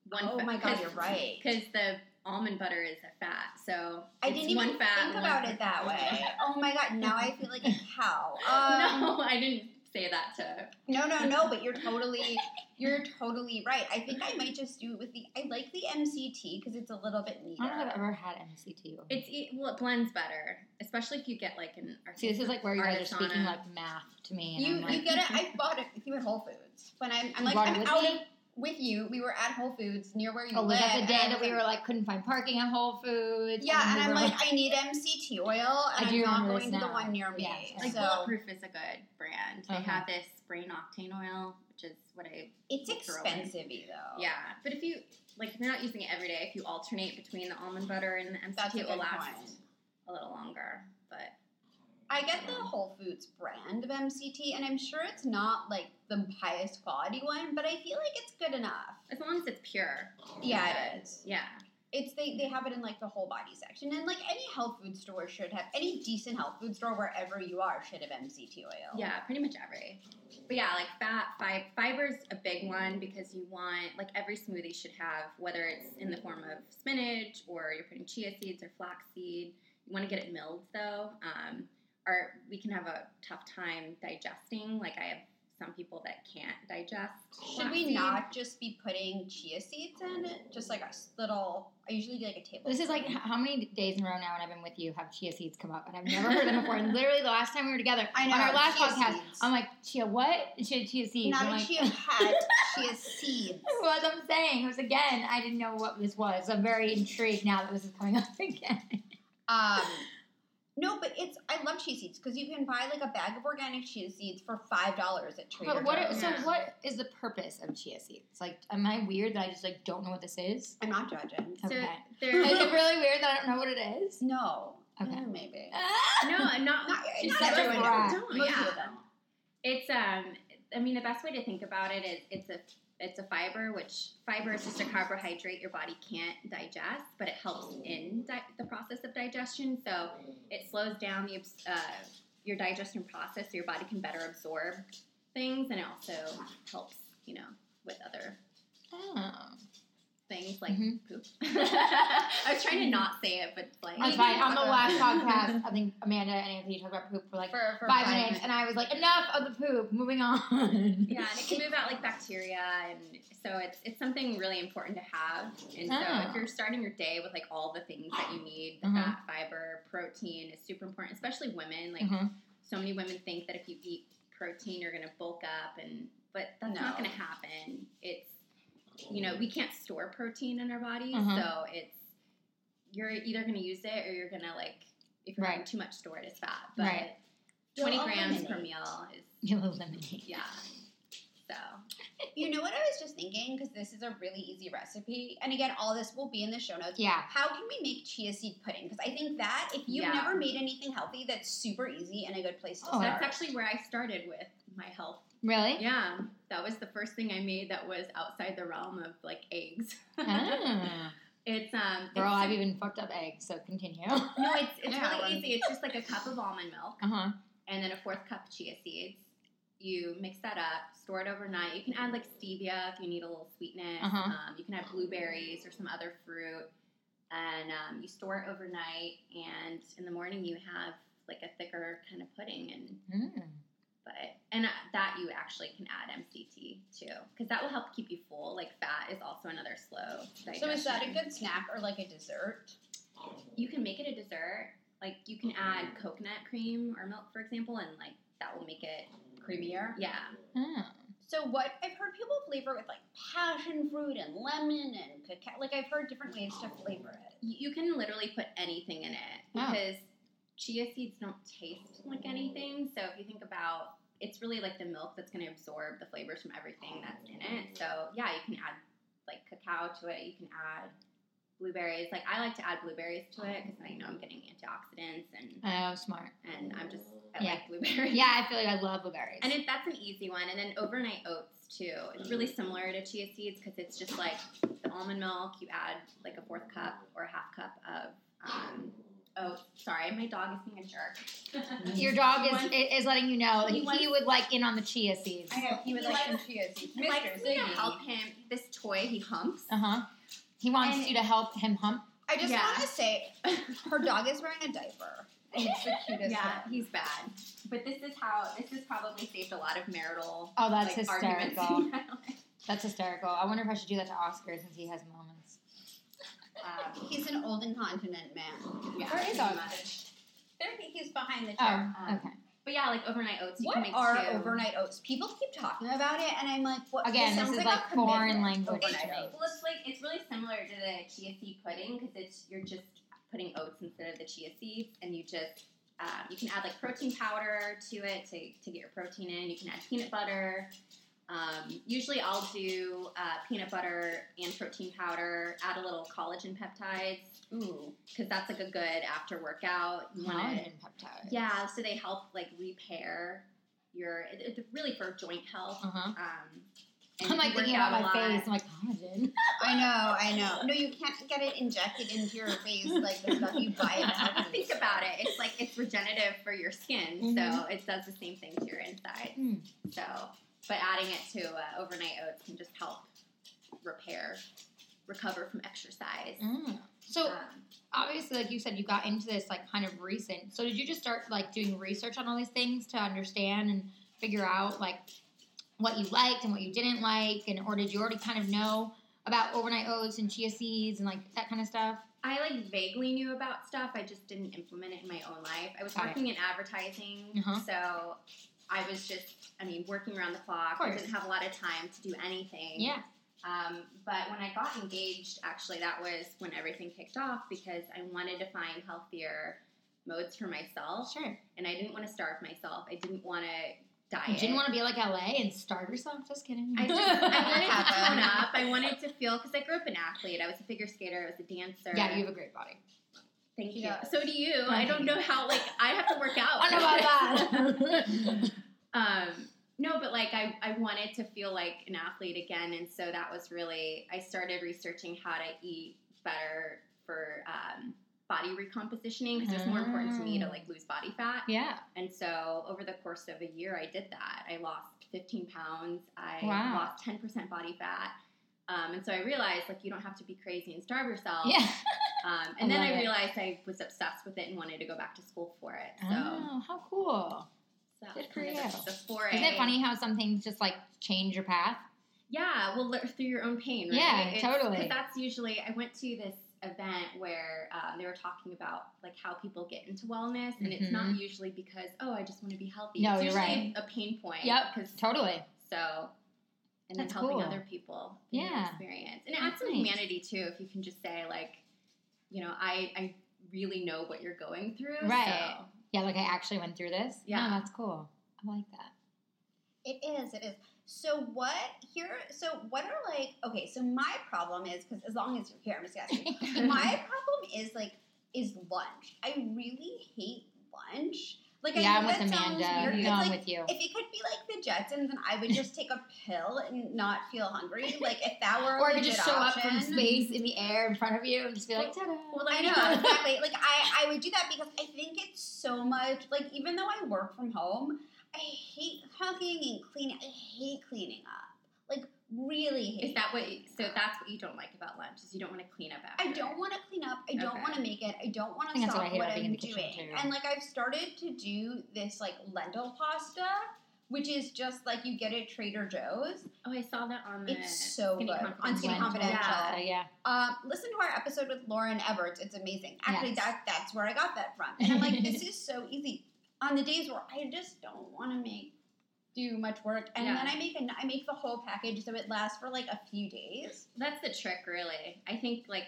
Speaker 3: One
Speaker 1: Oh my God, you're right.
Speaker 3: Because the almond butter is a fat, so
Speaker 1: I
Speaker 3: it's
Speaker 1: didn't even
Speaker 3: one
Speaker 1: think
Speaker 3: fat, one-
Speaker 1: about it that way. Oh my god, now I feel like a cow. Um,
Speaker 3: no, I didn't say that to.
Speaker 1: No, no, no, but you're totally you're totally right. I think I might just do it with the I like the MCT because it's a little bit neater.
Speaker 2: I don't know if I've ever had MCT. Oil.
Speaker 3: It's e- well, it blends better, especially if you get like an.
Speaker 2: See, this is like where you guys are speaking
Speaker 3: Artisana.
Speaker 2: like math to me, and
Speaker 1: you
Speaker 2: I'm like,
Speaker 1: you get it. I bought it with you at Whole Foods when I'm, I'm
Speaker 2: You
Speaker 1: like
Speaker 2: bought it
Speaker 1: I'm
Speaker 2: with
Speaker 1: out
Speaker 2: me?
Speaker 1: of- with you. We were at Whole Foods near where you
Speaker 2: oh,
Speaker 1: live.
Speaker 2: was that the
Speaker 1: and
Speaker 2: day
Speaker 1: I
Speaker 2: that
Speaker 1: was
Speaker 2: we were like couldn't find parking at Whole Foods?
Speaker 1: Yeah, and
Speaker 2: we
Speaker 1: I'm
Speaker 2: were
Speaker 1: like, I need MCT oil, and
Speaker 2: I
Speaker 1: I'm
Speaker 2: do
Speaker 1: not
Speaker 2: remember
Speaker 1: going
Speaker 2: this
Speaker 1: to the
Speaker 2: now.
Speaker 1: one near me.
Speaker 2: Yes, I
Speaker 3: Like
Speaker 1: so
Speaker 3: Bulletproof is a good brand. They
Speaker 2: Okay.
Speaker 3: have this brain octane oil, which is what I
Speaker 1: it's
Speaker 3: Throw it.
Speaker 1: expensive, though.
Speaker 3: yeah. But if you like, if you're not using it every day, if you alternate between the almond butter and the MCT,
Speaker 1: that's a
Speaker 3: it
Speaker 1: good
Speaker 3: will last
Speaker 1: point.
Speaker 3: a little longer. But
Speaker 1: I get the Whole Foods brand of MCT, and I'm sure it's not like the highest quality one, but I feel like it's good enough.
Speaker 3: as long as it's pure,
Speaker 1: Yeah, it is.
Speaker 3: yeah.
Speaker 1: It's they they have it in like the whole body section, and like any health food store should have any decent health food store wherever you are should have MCT oil.
Speaker 3: Yeah, pretty much every. But yeah, like fat, fi- fiber's a big one because you want, like, every smoothie should have, whether it's in the form of spinach or you're putting chia seeds or flaxseed. You want to get it milled though. Um, or we can have a tough time digesting. Like, I have some people that can't digest.
Speaker 1: Should we
Speaker 3: flaxseed.
Speaker 1: not just be putting chia seeds in it? Just like a s- little. I usually do like a table.
Speaker 2: This is like h- how many days in a row now when I've been with you have chia seeds come up, and I've never heard them before. And literally the last time we were together
Speaker 1: I know,
Speaker 2: on our last
Speaker 1: chia
Speaker 2: podcast,
Speaker 1: seeds.
Speaker 2: I'm like chia what? Chia chia seeds.
Speaker 1: not
Speaker 2: I'm
Speaker 1: a
Speaker 2: like,
Speaker 1: chia pet, chia seeds.
Speaker 2: Well, as I'm saying, it was again. I didn't know what this was. I'm very intrigued now that this is coming up again.
Speaker 1: Um, no, but it's I love chia seeds because you can buy like a bag of organic chia seeds for five dollars at Trader
Speaker 2: But what?
Speaker 1: Joe's.
Speaker 2: Are, so
Speaker 3: Yeah.
Speaker 2: what is the purpose of chia seeds? Like, am I weird that I just like don't know what this is?
Speaker 1: I'm not judging.
Speaker 3: So
Speaker 2: Okay.
Speaker 3: there-
Speaker 2: is it really weird that I don't know what it is?
Speaker 1: No,
Speaker 2: Okay. Eh,
Speaker 1: Mm, maybe.
Speaker 3: no, not,
Speaker 1: Not,
Speaker 3: She
Speaker 1: not
Speaker 3: said
Speaker 1: everyone
Speaker 2: it was
Speaker 1: knows.
Speaker 3: wrong.
Speaker 1: Most
Speaker 3: Yeah.
Speaker 1: people don't.
Speaker 3: It's um, I mean, the best way to think about it is it's a it's a fiber, which fiber is just a carbohydrate your body can't digest, but it helps in di- the process of digestion. So it slows down the abs- uh, your digestion process, so your body can better absorb things, and it also helps, you know, with other
Speaker 2: Oh.
Speaker 3: things like
Speaker 2: Mhm.
Speaker 3: poop. I was trying to not say it, but like
Speaker 2: That's fine. On the last podcast, I think Amanda and Anthony talked about poop for like
Speaker 1: For, for
Speaker 2: five, minutes, and I was like, enough of the poop. Moving on.
Speaker 3: Yeah, and it can move out like bacteria, and so it's it's something really important to have. And so
Speaker 2: Oh.
Speaker 3: if you're starting your day with like all the things that you need, the
Speaker 2: Mhm.
Speaker 3: fat, fiber, protein is super important, especially women. Like
Speaker 2: Mhm.
Speaker 3: so many women think that if you eat protein, you're going to bulk up, and but that's not
Speaker 1: No.
Speaker 3: going to happen. It's you know we can't store protein in our bodies,
Speaker 2: Mhm.
Speaker 3: so it's you're either going to use it or you're going to like if you're having
Speaker 2: Right.
Speaker 3: too much store it as fat, but.
Speaker 2: Right.
Speaker 3: 20
Speaker 1: You'll
Speaker 3: grams per
Speaker 1: eliminate.
Speaker 3: meal is,
Speaker 2: You'll eliminate.
Speaker 3: yeah. So,
Speaker 1: You know what I was just thinking because this is a really easy recipe, and again, all this will be in the show notes.
Speaker 2: Yeah.
Speaker 1: How can we make chia seed pudding? Because I think that if you've
Speaker 3: Yeah.
Speaker 1: never made anything healthy, that's super easy and a good place to
Speaker 2: Oh,
Speaker 1: start.
Speaker 3: That's actually where I started with my health.
Speaker 2: Really?
Speaker 3: Yeah, that was the first thing I made that was outside the realm of like eggs.
Speaker 2: Ah.
Speaker 3: it's um
Speaker 2: Girl,
Speaker 3: it's,
Speaker 2: I've even fucked up eggs, so continue. Uh
Speaker 3: no, it's it's
Speaker 1: Yeah,
Speaker 3: really
Speaker 1: um,
Speaker 3: easy. It's just like a cup of almond milk
Speaker 2: huh.
Speaker 3: and then a fourth cup chia seeds. You mix that up, store it overnight. You can add like stevia if you need a little sweetness.
Speaker 2: Uh-huh.
Speaker 3: Um, you can add blueberries or some other fruit, and um, you store it overnight. And in the morning, you have like a thicker kind of pudding, and
Speaker 2: Mm.
Speaker 3: But and uh, that you actually can add MCT too, because that will help keep you full. Like fat is also another slow digestion.
Speaker 1: So is that a good snack or like a dessert?
Speaker 3: You can make it a dessert. Like you can add coconut cream or milk, for example, and like that will make it
Speaker 1: Creamier.
Speaker 3: yeah.
Speaker 2: Oh.
Speaker 1: So what I've heard people flavor with like passion fruit and lemon and cacao. Like I've heard different ways to flavor it.
Speaker 3: Y- You can literally put anything in it
Speaker 2: Wow.
Speaker 3: because chia seeds don't taste like anything. So if you think about it's really like the milk that's going to absorb the flavors from everything that's in it. So yeah, you can add like cacao to it. You can add blueberries. Like I like to add blueberries to it because I know I'm getting antioxidants and
Speaker 2: Oh, smart.
Speaker 3: and I'm just I
Speaker 2: Yeah.
Speaker 3: like blueberries.
Speaker 2: Yeah, I feel like I love blueberries.
Speaker 3: And it, that's an easy one. And then overnight oats too. It's really
Speaker 2: Mm-hmm.
Speaker 3: similar to chia seeds because it's just like the almond milk. You add like a fourth cup or a half cup of. Um, oh, sorry, my dog is being a jerk.
Speaker 2: Your dog
Speaker 3: He
Speaker 2: is,
Speaker 3: wants-
Speaker 2: is letting you know
Speaker 3: he
Speaker 2: he,
Speaker 3: wants-
Speaker 2: he would like in on the chia seeds.
Speaker 1: I know he would
Speaker 3: He
Speaker 1: like
Speaker 3: likes-
Speaker 1: some chia seeds.
Speaker 3: He likes
Speaker 1: Mr.
Speaker 3: me to help
Speaker 1: Ziggy.
Speaker 3: him. This toy he humps.
Speaker 2: Uh huh. He wants
Speaker 3: And-
Speaker 2: you to help him hump.
Speaker 1: I just
Speaker 3: Yeah.
Speaker 1: want to say, her dog is wearing a diaper. And it's the cutest.
Speaker 3: Yeah,
Speaker 1: thing.
Speaker 3: he's bad. But this is how this has probably saved a lot of marital
Speaker 2: Oh, that's
Speaker 3: like, arguments.
Speaker 2: hysterical.
Speaker 3: in my life.
Speaker 2: That's hysterical. I wonder if I should do that to Oscar since he has moments.
Speaker 3: Um,
Speaker 1: He's an old incontinent man.
Speaker 3: yeah,
Speaker 2: Where is
Speaker 3: pretty
Speaker 2: Oscar?
Speaker 3: much.
Speaker 1: There he's behind the chair.
Speaker 2: Oh,
Speaker 3: Um,
Speaker 2: okay.
Speaker 3: But yeah, like overnight oats. You can
Speaker 1: What
Speaker 3: make
Speaker 1: are
Speaker 3: two.
Speaker 1: overnight oats? People keep talking about it, and I'm like, what? this
Speaker 2: Again, this
Speaker 1: sounds
Speaker 2: is
Speaker 1: like,
Speaker 2: like
Speaker 1: a
Speaker 2: foreign
Speaker 1: commitment,
Speaker 2: language to
Speaker 1: overnight
Speaker 2: me.
Speaker 1: oats.
Speaker 3: Well, it's like it's really similar to the chia seed pudding because it's you're just putting oats instead of the chia seeds, and you just um, you can add like protein powder to it to, to get your protein in. You can add peanut butter. Um, usually, I'll do uh, peanut butter and protein powder. Add a little collagen peptides
Speaker 1: Ooh,
Speaker 3: because that's like a good after workout. You wanna-
Speaker 2: Collagen peptides.
Speaker 3: yeah, so they help like repair your. it- It's really for joint health.
Speaker 2: Uh huh.
Speaker 3: Um,
Speaker 2: I'm
Speaker 3: and
Speaker 2: like
Speaker 3: if you work
Speaker 2: thinking about
Speaker 3: out
Speaker 2: my
Speaker 3: a lot-
Speaker 2: face. I'm like collagen.
Speaker 1: I know, I know. No, you can't get it injected into your face like the stuff you buy at Target.
Speaker 3: think about it. It's like it's regenerative for your skin, so
Speaker 2: Mhm.
Speaker 3: it does the same thing to your inside.
Speaker 2: Mm.
Speaker 3: So, but adding it to uh, overnight oats can just help repair, recover from exercise.
Speaker 2: Mm. So
Speaker 3: Um,
Speaker 2: obviously, like you said, you got into this like kind of recent. So did you just start like doing research on all these things to understand and figure out like what you liked and what you didn't like, and or did you already kind of know about overnight oats and chia seeds and like that kind of stuff?
Speaker 3: I like vaguely knew about stuff. I just didn't implement it in my own life. I was
Speaker 2: Got it.
Speaker 3: working in advertising,
Speaker 2: Uh-huh.
Speaker 3: so I was just, I mean, working around the clock. I
Speaker 2: course.
Speaker 3: didn't have a lot of time to do anything.
Speaker 2: Yeah.
Speaker 3: Um, but when I got engaged, actually, that was when everything kicked off because I wanted to find healthier modes for myself,
Speaker 2: Sure.
Speaker 3: and I didn't want to starve myself. I didn't want to diet.
Speaker 2: You didn't want to be like LA and starve yourself. Just kidding.
Speaker 3: I just I wanted to
Speaker 1: Happen.
Speaker 3: tone up. I wanted to feel because I grew up an athlete. I was a figure skater. I was a dancer.
Speaker 2: yeah, you have a great body.
Speaker 3: Thank you.
Speaker 1: Yeah.
Speaker 3: So do you. I don't know how. Like I have to work out.
Speaker 2: I don't know about that.
Speaker 3: Um, no, but like I, I wanted to feel like an athlete again, and so that was really I started researching how to eat better for um, body recompositioning because it's more important to me to
Speaker 2: Oh.
Speaker 3: like lose body fat.
Speaker 2: yeah.
Speaker 3: And so over the course of a year, I did that. I lost 15 pounds. I
Speaker 2: Wow.
Speaker 3: lost 10% body fat. Um, and so I realized like you don't have to be crazy and starve yourself.
Speaker 2: Yeah.
Speaker 3: Um, and
Speaker 2: I love
Speaker 3: then I
Speaker 2: it.
Speaker 3: realized I was obsessed with it and wanted to go back to school for it. So,
Speaker 2: Oh, how cool.
Speaker 3: so that
Speaker 2: good
Speaker 3: was
Speaker 2: for
Speaker 3: kind of
Speaker 2: you.
Speaker 3: the foray.
Speaker 2: Isn't it funny how some things just like change your path?
Speaker 3: Yeah, well, lear- through your own pain, right?
Speaker 2: Yeah,
Speaker 3: It's-
Speaker 2: totally.
Speaker 3: 'cause that's usually. I went to this event where um, they were talking about like how people get into wellness, and it's not usually because oh, I just want to be healthy.
Speaker 2: Mm-hmm. No,
Speaker 3: it's
Speaker 2: you're
Speaker 3: usually a pain point.
Speaker 2: Yep,
Speaker 3: 'cause-
Speaker 2: Totally.
Speaker 3: so, and then
Speaker 2: That's
Speaker 3: helping
Speaker 2: cool.
Speaker 3: other people. through their
Speaker 2: Yeah.
Speaker 3: Experience and it
Speaker 2: That's
Speaker 3: adds some
Speaker 2: nice.
Speaker 3: humanity too. If you can just say like, you know, I I really know what you're going through.
Speaker 2: Right.
Speaker 3: So.
Speaker 2: Yeah, like I actually went through this.
Speaker 3: Yeah.
Speaker 2: No, that's cool. I like that.
Speaker 1: It is. It is. So what here? So what are like? Okay. So my problem is because as long as you're here, I'm just asking. my problem is like is lunch. I really hate lunch. Like
Speaker 2: yeah,
Speaker 1: I
Speaker 2: I'm
Speaker 1: know
Speaker 2: with
Speaker 1: that sounds
Speaker 2: Amanda.
Speaker 1: Weird.
Speaker 2: No,
Speaker 1: It's
Speaker 2: I'm
Speaker 1: like,
Speaker 2: with you.
Speaker 1: if it could be like the Jetsons, and I would just take a pill and not feel hungry. Like if that were, a
Speaker 2: Or I could
Speaker 1: legit
Speaker 2: just show up
Speaker 1: option.
Speaker 2: from space in the air in front of you and just be like, ta-da.
Speaker 3: Well,
Speaker 1: I
Speaker 3: I
Speaker 1: know
Speaker 3: know.
Speaker 1: exactly. Like I, I would do that because I think it's so much. Like even though I work from home, I hate cooking and cleaning. I hate cleaning up. Like really hate.
Speaker 3: Is that what? You, so that's what you don't like about lunch is you don't want to clean up after.
Speaker 1: I don't want to clean up. I don't
Speaker 3: Okay.
Speaker 1: want to make it. I don't want
Speaker 2: I
Speaker 1: to
Speaker 2: think that's
Speaker 1: stop
Speaker 2: what I
Speaker 1: what,
Speaker 2: hate about being in
Speaker 1: I'm
Speaker 2: the kitchen,
Speaker 1: doing.
Speaker 2: too.
Speaker 1: And like I've started to do this like lentil pasta, which is just like you get it at Trader Joe's.
Speaker 3: Oh, I saw that on the.
Speaker 1: It's so
Speaker 3: Skinny
Speaker 1: good on
Speaker 3: Confidential.
Speaker 1: Skinny
Speaker 2: When-
Speaker 1: Confidential.
Speaker 2: So, yeah.
Speaker 1: Um, listen to our episode with Lauren Everts. It's amazing. Actually,
Speaker 2: Yes.
Speaker 1: that that's where I got that from. And I'm like, this is so easy. On the days where I just don't want to make do much work, and
Speaker 3: Yeah.
Speaker 1: then I make a, I make the whole package so it lasts for like a few days.
Speaker 3: That's the trick, really. I think like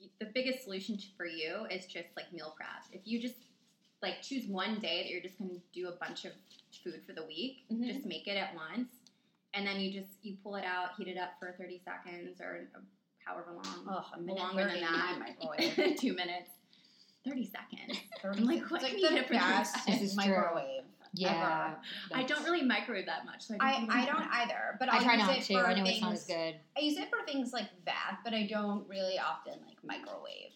Speaker 3: y- the biggest solution t- for you is just like meal prep. If you just like choose one day that you're just going to do a bunch of food for the week,
Speaker 1: Mhm.
Speaker 3: just make it at once, and then you just you pull it out, heat it up for 30 seconds or uh, however long,
Speaker 1: Ugh, a minute
Speaker 3: Longer than
Speaker 1: 30
Speaker 3: that.
Speaker 1: in my microwave.
Speaker 3: two minutes, 30 seconds.
Speaker 1: Thirty
Speaker 3: I'm like,
Speaker 1: seconds.
Speaker 3: what
Speaker 1: It's
Speaker 3: can you
Speaker 1: like
Speaker 3: get
Speaker 1: the
Speaker 3: for dinner?
Speaker 1: fastest
Speaker 2: It's true.
Speaker 1: microwave.
Speaker 2: Yeah.
Speaker 3: I don't really microwave that much, so I don't.
Speaker 1: I,
Speaker 3: even
Speaker 1: I
Speaker 3: know.
Speaker 1: don't either, but
Speaker 2: I
Speaker 1: I'll
Speaker 2: try
Speaker 1: use
Speaker 2: not
Speaker 1: it
Speaker 2: to.
Speaker 1: for
Speaker 2: I know
Speaker 1: things.
Speaker 2: it sounds good.
Speaker 1: I use it for things like that, but I don't really often like microwave.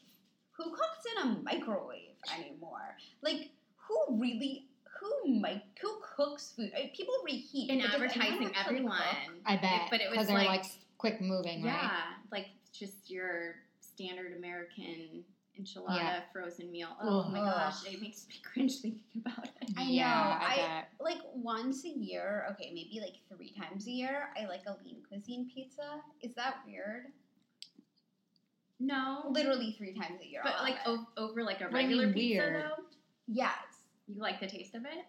Speaker 1: Who cooks in a microwave anymore? Like who really who mic who cooks food? I- people reheat
Speaker 3: In
Speaker 1: but does anyone
Speaker 3: advertising,
Speaker 1: actually
Speaker 3: everyone.
Speaker 1: cook?
Speaker 2: I bet.
Speaker 3: But it was
Speaker 2: because they're
Speaker 3: like-
Speaker 2: like quick moving,
Speaker 3: Yeah,
Speaker 2: right?
Speaker 3: like just your standard American enchilada
Speaker 2: Yeah.
Speaker 3: frozen meal. Oh
Speaker 2: Ugh.
Speaker 3: my gosh, it makes me cringe thinking about it.
Speaker 1: I
Speaker 2: yeah,
Speaker 1: know,
Speaker 2: I,
Speaker 1: I-
Speaker 2: bet.
Speaker 1: Like once a year, okay, maybe like three times a year, I like a lean cuisine pizza. Is that weird?
Speaker 3: No,
Speaker 1: Literally three times a year.
Speaker 3: but
Speaker 1: I'll
Speaker 3: like
Speaker 1: have it.
Speaker 3: o- over like a
Speaker 2: What do you mean
Speaker 3: regular pizza
Speaker 2: weird?
Speaker 3: though.
Speaker 1: yes.
Speaker 3: You like the taste of it?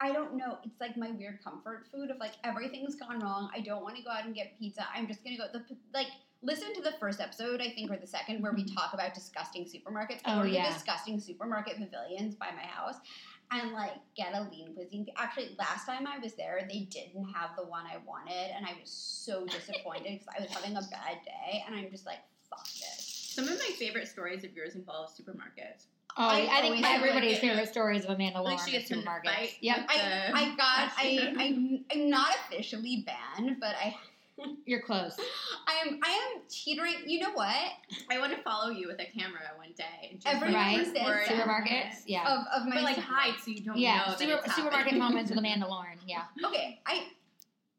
Speaker 1: I don't know. It's like my weird comfort food of like everything's gone wrong. I don't want to go out and get pizza. I'm just gonna go the like listen to the first episode I think or the second where we talk about disgusting supermarkets. I
Speaker 2: Mm-hmm. Oh,
Speaker 1: go to the
Speaker 2: yeah.
Speaker 1: disgusting supermarket pavilions by my house and like get a lean cuisine. Actually, last time I was there, they didn't have the one I wanted, and I was so disappointed because I was having a bad day, and I'm just like, fuck this.
Speaker 3: Some of my favorite stories of yours involve supermarkets.
Speaker 2: Oh,
Speaker 1: I
Speaker 2: I, think
Speaker 1: always
Speaker 2: my-
Speaker 1: have, like,
Speaker 2: everybody's
Speaker 3: it-
Speaker 2: favorite story is of Amanda
Speaker 3: Like
Speaker 2: Lauren
Speaker 3: she
Speaker 2: in
Speaker 3: gets in a
Speaker 2: supermarkets.
Speaker 3: fight
Speaker 2: Yep,
Speaker 3: with
Speaker 1: I,
Speaker 3: the-
Speaker 1: I got I, I I'm not officially banned, but I
Speaker 2: you're close.
Speaker 1: I am I am teetering. You know what?
Speaker 3: I want to follow you with a camera one day. And just
Speaker 1: Everyone
Speaker 3: like,
Speaker 2: Right?
Speaker 1: says that.
Speaker 3: record
Speaker 2: Supermarkets, yeah,
Speaker 3: Oh,
Speaker 1: of, of my
Speaker 3: But like
Speaker 1: super-
Speaker 3: hide so you don't know.
Speaker 2: yeah.
Speaker 3: that
Speaker 2: Super,
Speaker 3: it's
Speaker 2: supermarket
Speaker 3: happening.
Speaker 2: moments with Amanda Lauren. Yeah,
Speaker 1: Okay, I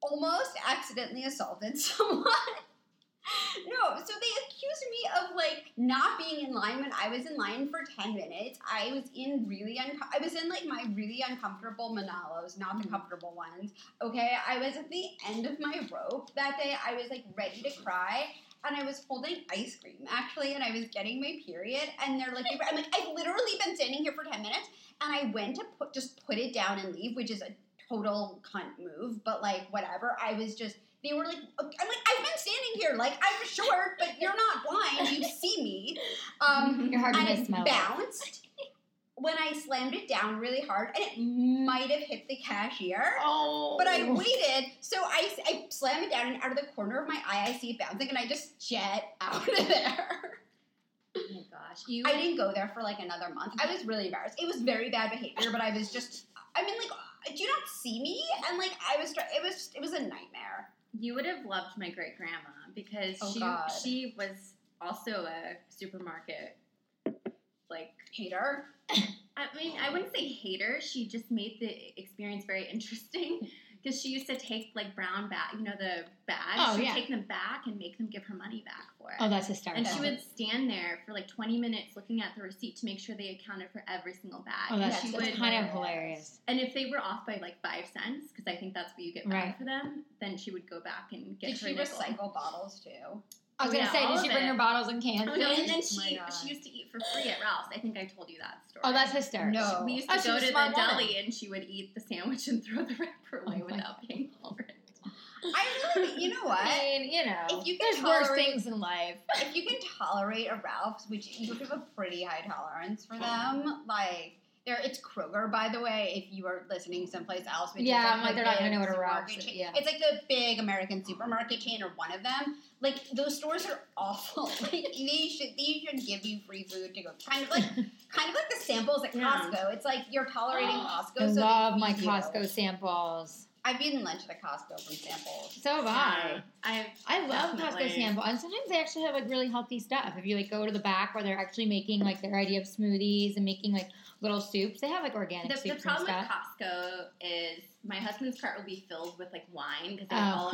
Speaker 1: almost accidentally assaulted someone. no, so they accused me of like not being in line when I was in line for ten minutes. I was in really un- I was in like my really uncomfortable Manalos, not the
Speaker 3: Mhm.
Speaker 1: comfortable ones. Okay, I was at the end of my rope that day. I was like ready to cry. And I was holding ice cream actually, and I was getting my period. And they're like, I'm like, I've literally been standing here for 10 minutes. And I went to put just put it down and leave, which is a total cunt move, but like whatever. I was just they were like I'm like I've been standing here, like I'm short, but you're not blind. You see me.
Speaker 3: Oh
Speaker 1: Um,
Speaker 2: you're hard to
Speaker 1: and
Speaker 2: miss.
Speaker 1: it
Speaker 2: Mo.
Speaker 1: bounced when I slammed it down really hard, and it might have hit the cashier.
Speaker 2: Oh,
Speaker 1: But I waited, so I, I slam it down, and out of the corner of my eye, I see it bouncing, and I just jet out of there.
Speaker 3: Oh my gosh, you.
Speaker 1: I didn't go there for like another month. I was really embarrassed. It was very bad behavior, but I was just, I mean, like, do you not see me? And like, I was, try- it was, just, it was a nightmare.
Speaker 3: You would have loved my great grandma because
Speaker 1: Oh,
Speaker 3: she
Speaker 1: God.
Speaker 3: she was also a supermarket like
Speaker 1: Hater.
Speaker 3: I mean I wouldn't say hater. She just made the experience very interesting because she used to take like brown bag you know the bags
Speaker 2: Oh,
Speaker 3: she'd
Speaker 2: yeah.
Speaker 3: take them back and make them give her money back for it.
Speaker 2: Oh, that's hysterical.
Speaker 3: and she would stand there for like 20 minutes looking at the receipt to make sure they accounted for every single bag.
Speaker 2: Oh, that's
Speaker 3: and she
Speaker 1: that's
Speaker 3: would
Speaker 2: kind of hilarious.
Speaker 3: and if they were off by like 5 cents because I think that's what you get back
Speaker 2: Right.
Speaker 3: for them, then she would go back and get
Speaker 1: Did
Speaker 3: her Oh,
Speaker 1: she
Speaker 3: nickel.
Speaker 1: recycle bottles too?
Speaker 2: I was
Speaker 3: Oh,
Speaker 2: gonna
Speaker 3: yeah,
Speaker 2: say,
Speaker 3: all
Speaker 2: did
Speaker 3: of
Speaker 2: she bring
Speaker 3: it.
Speaker 2: her bottles and cans?
Speaker 3: Oh, no,
Speaker 2: in?
Speaker 3: and then
Speaker 1: my
Speaker 3: she
Speaker 1: God.
Speaker 3: she used to eat for free at Ralph's. I think I told you that story.
Speaker 2: Oh, that's hysterical.
Speaker 1: No.
Speaker 3: we used
Speaker 2: Oh,
Speaker 3: to
Speaker 2: she's
Speaker 3: go
Speaker 2: a
Speaker 3: to the
Speaker 2: smart woman. Oh
Speaker 3: deli and she would eat the sandwich and throw the wrapper away
Speaker 2: my
Speaker 3: without paying for it.
Speaker 1: I really, you know
Speaker 2: I
Speaker 1: what?
Speaker 2: mean, you know,
Speaker 1: If you can
Speaker 2: there's worse
Speaker 1: tolerate-
Speaker 2: things in life.
Speaker 1: If you can tolerate a Ralph's, which you have a pretty high tolerance for them, like. There, it's Kroger, by the way. If you are listening someplace else, which
Speaker 2: Yeah, I'm
Speaker 1: is
Speaker 2: like,
Speaker 1: the
Speaker 2: they're not
Speaker 1: big
Speaker 2: gonna know what a
Speaker 1: supermarket
Speaker 2: Ralph's is,
Speaker 1: chain-
Speaker 2: yeah.
Speaker 1: it's like the big American supermarket chain or one of them. Like those stores are awful. like they should they should give you free food to go. Kind of like kind of like the samples at
Speaker 3: Yeah.
Speaker 1: Costco. It's like you're tolerating Costco.
Speaker 2: I
Speaker 1: so they
Speaker 2: love my
Speaker 1: feed you.
Speaker 2: Costco samples.
Speaker 1: I've eaten lunch at a Costco from samples.
Speaker 2: So have I.
Speaker 3: I've
Speaker 2: I love
Speaker 3: Definitely.
Speaker 2: Costco sample, and sometimes they actually have like really healthy stuff. If you like go to the back where they're actually making like their idea of smoothies and making like little soups, they have like organic
Speaker 3: the, the
Speaker 2: soups
Speaker 3: problem
Speaker 2: and
Speaker 3: with
Speaker 2: stuff.
Speaker 3: Costco is my husband's cart will be filled with like wine because have
Speaker 2: Oh.
Speaker 3: all of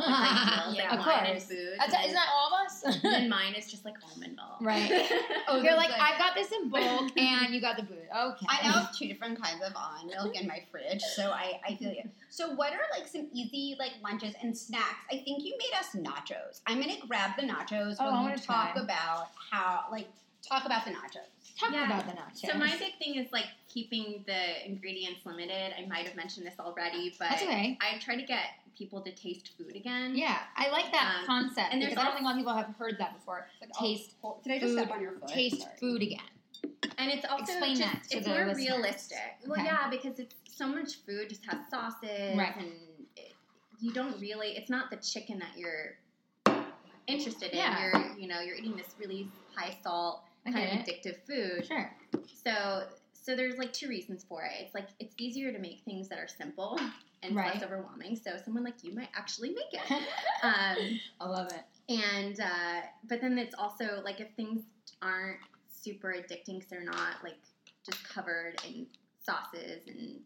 Speaker 3: like, meals,
Speaker 1: Yeah.
Speaker 3: like
Speaker 2: Of
Speaker 3: wine and
Speaker 2: course.
Speaker 3: food.
Speaker 2: That's- isn't that all of us?
Speaker 3: and then mine is just like almond milk.
Speaker 2: Right.
Speaker 1: Oh,
Speaker 2: You're
Speaker 1: those,
Speaker 2: like, I've got this in bulk, and you got the food. Okay.
Speaker 1: I now have two different kinds of almond milk in my fridge, so I, I feel you. So, what are like some easy like lunches and snacks? I think you made us nachos. I'm gonna grab the nachos
Speaker 2: Oh, I
Speaker 1: while you
Speaker 2: wanna
Speaker 1: talk
Speaker 2: try.
Speaker 1: about how like talk about the nachos.
Speaker 2: Talk
Speaker 3: Yeah.
Speaker 2: about the nachos.
Speaker 3: So my big thing is like keeping the ingredients limited. I might have mentioned this already, but
Speaker 2: That's okay.
Speaker 3: I try to get people to taste food again.
Speaker 2: Yeah, I like that
Speaker 3: Um,
Speaker 2: concept
Speaker 3: and there's
Speaker 2: because I don't
Speaker 3: also-
Speaker 2: think a lot of people have heard that before. Taste,
Speaker 1: Oh, did I just step
Speaker 2: food-
Speaker 1: on your foot?
Speaker 2: taste
Speaker 1: Sorry.
Speaker 2: food again.
Speaker 3: And it's also
Speaker 2: Explain
Speaker 3: just,
Speaker 2: that to
Speaker 3: it's
Speaker 2: the
Speaker 3: more
Speaker 2: listeners.
Speaker 3: realistic. Well,
Speaker 2: Okay.
Speaker 3: yeah, because it's so much food just has sauces
Speaker 2: Right.
Speaker 3: and it, you don't really it's not the chicken that you're interested in.
Speaker 2: Yeah.
Speaker 3: You're you know, you're eating this really high salt,
Speaker 2: I
Speaker 3: kind
Speaker 2: get it.
Speaker 3: of addictive food.
Speaker 2: Sure.
Speaker 3: So so there's like two reasons for it. It's like it's easier to make things that are simple and
Speaker 2: Right.
Speaker 3: less overwhelming. So someone like you might actually make it. Um,
Speaker 2: I love it.
Speaker 3: and uh, but then it's also like if things aren't super addicting, 'cause they're not like just covered in sauces and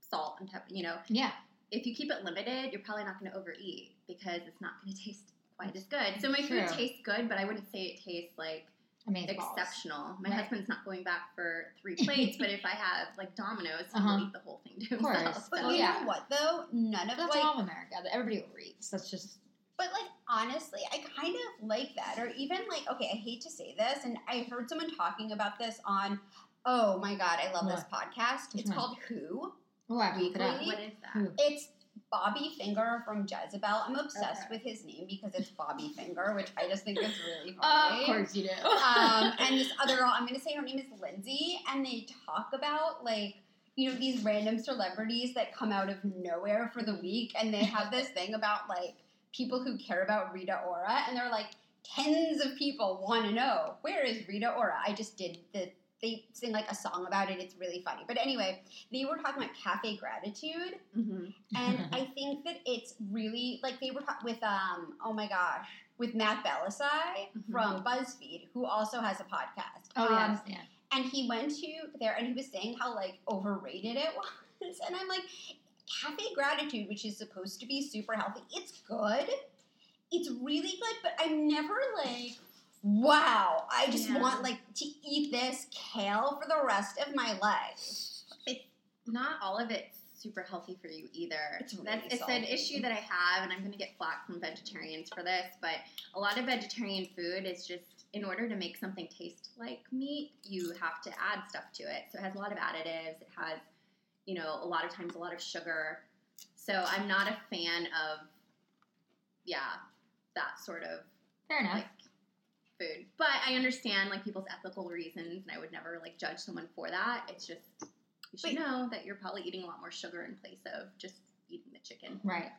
Speaker 3: salt and pepper. You know,
Speaker 2: Yeah.
Speaker 3: if you keep it limited, you're probably not going to overeat because it's not going to taste quite as good. So my
Speaker 2: True.
Speaker 3: food tastes good, but I wouldn't say it tastes like
Speaker 2: Amazing.
Speaker 3: exceptional. My
Speaker 2: Right.
Speaker 3: husband's not going back for three plates, but if I have like Domino's, he'll
Speaker 2: Uh-huh.
Speaker 3: eat the whole thing to
Speaker 2: Of course.
Speaker 3: himself.
Speaker 1: But
Speaker 2: Oh,
Speaker 3: So,
Speaker 1: you
Speaker 2: yeah.
Speaker 1: know what though? None of
Speaker 2: That's
Speaker 1: like
Speaker 2: all of America. Everybody overeats. That's just
Speaker 1: But like honestly, I kind of like that. Or even like, okay, I hate to say this, and I heard someone talking about this on oh my god, I love this podcast.
Speaker 2: Which
Speaker 1: it's
Speaker 2: one?
Speaker 1: called Who.
Speaker 2: oh, I have to look it up.
Speaker 1: Really?
Speaker 3: what is that?
Speaker 1: It's Bobby Finger from Jezebel. I'm obsessed
Speaker 3: Okay.
Speaker 1: with his name because it's Bobby Finger, which I just think is really funny.
Speaker 2: Of course you do.
Speaker 1: um, and this other girl, I'm gonna say her name is Lindsay, and they talk about like you know these random celebrities that come out of nowhere for the week, and they have this thing about like people who care about Rita Ora, and they're like tens of people want to know where is Rita Ora. I just did the they sing like a song about it. It's really funny, but anyway, they were talking about Cafe Gratitude,
Speaker 3: Mm-hmm.
Speaker 1: and I think that it's really like they were ta- with um oh my gosh with Matt Belisai
Speaker 3: Mhm.
Speaker 1: from BuzzFeed who also has a podcast.
Speaker 2: Mm-hmm. oh
Speaker 1: um,
Speaker 2: yes, yeah.
Speaker 1: and he went to there and he was saying how like overrated it was, and I'm like, Cafe Gratitude, which is supposed to be super healthy, it's good, it's really good, but I'm never like. Wow, I just
Speaker 3: Yeah.
Speaker 1: want like to eat this kale for the rest of my life.
Speaker 3: not all of it's super healthy for you either.
Speaker 1: It's really
Speaker 3: That's, it's an
Speaker 1: salty.
Speaker 3: issue that I have, and I'm going to get flack from vegetarians for this, but a lot of vegetarian food is just in order to make something taste like meat, you have to add stuff to it. So it has a lot of additives, it has, you know, a lot of times a lot of sugar. So I'm not a fan of, yeah, that sort of
Speaker 2: Fair enough.
Speaker 3: like food. But I understand like people's ethical reasons, and I would never like judge someone for that. It's just you should
Speaker 1: But-
Speaker 3: know that you're probably eating a lot more sugar in place of just eating the chicken.
Speaker 2: Right.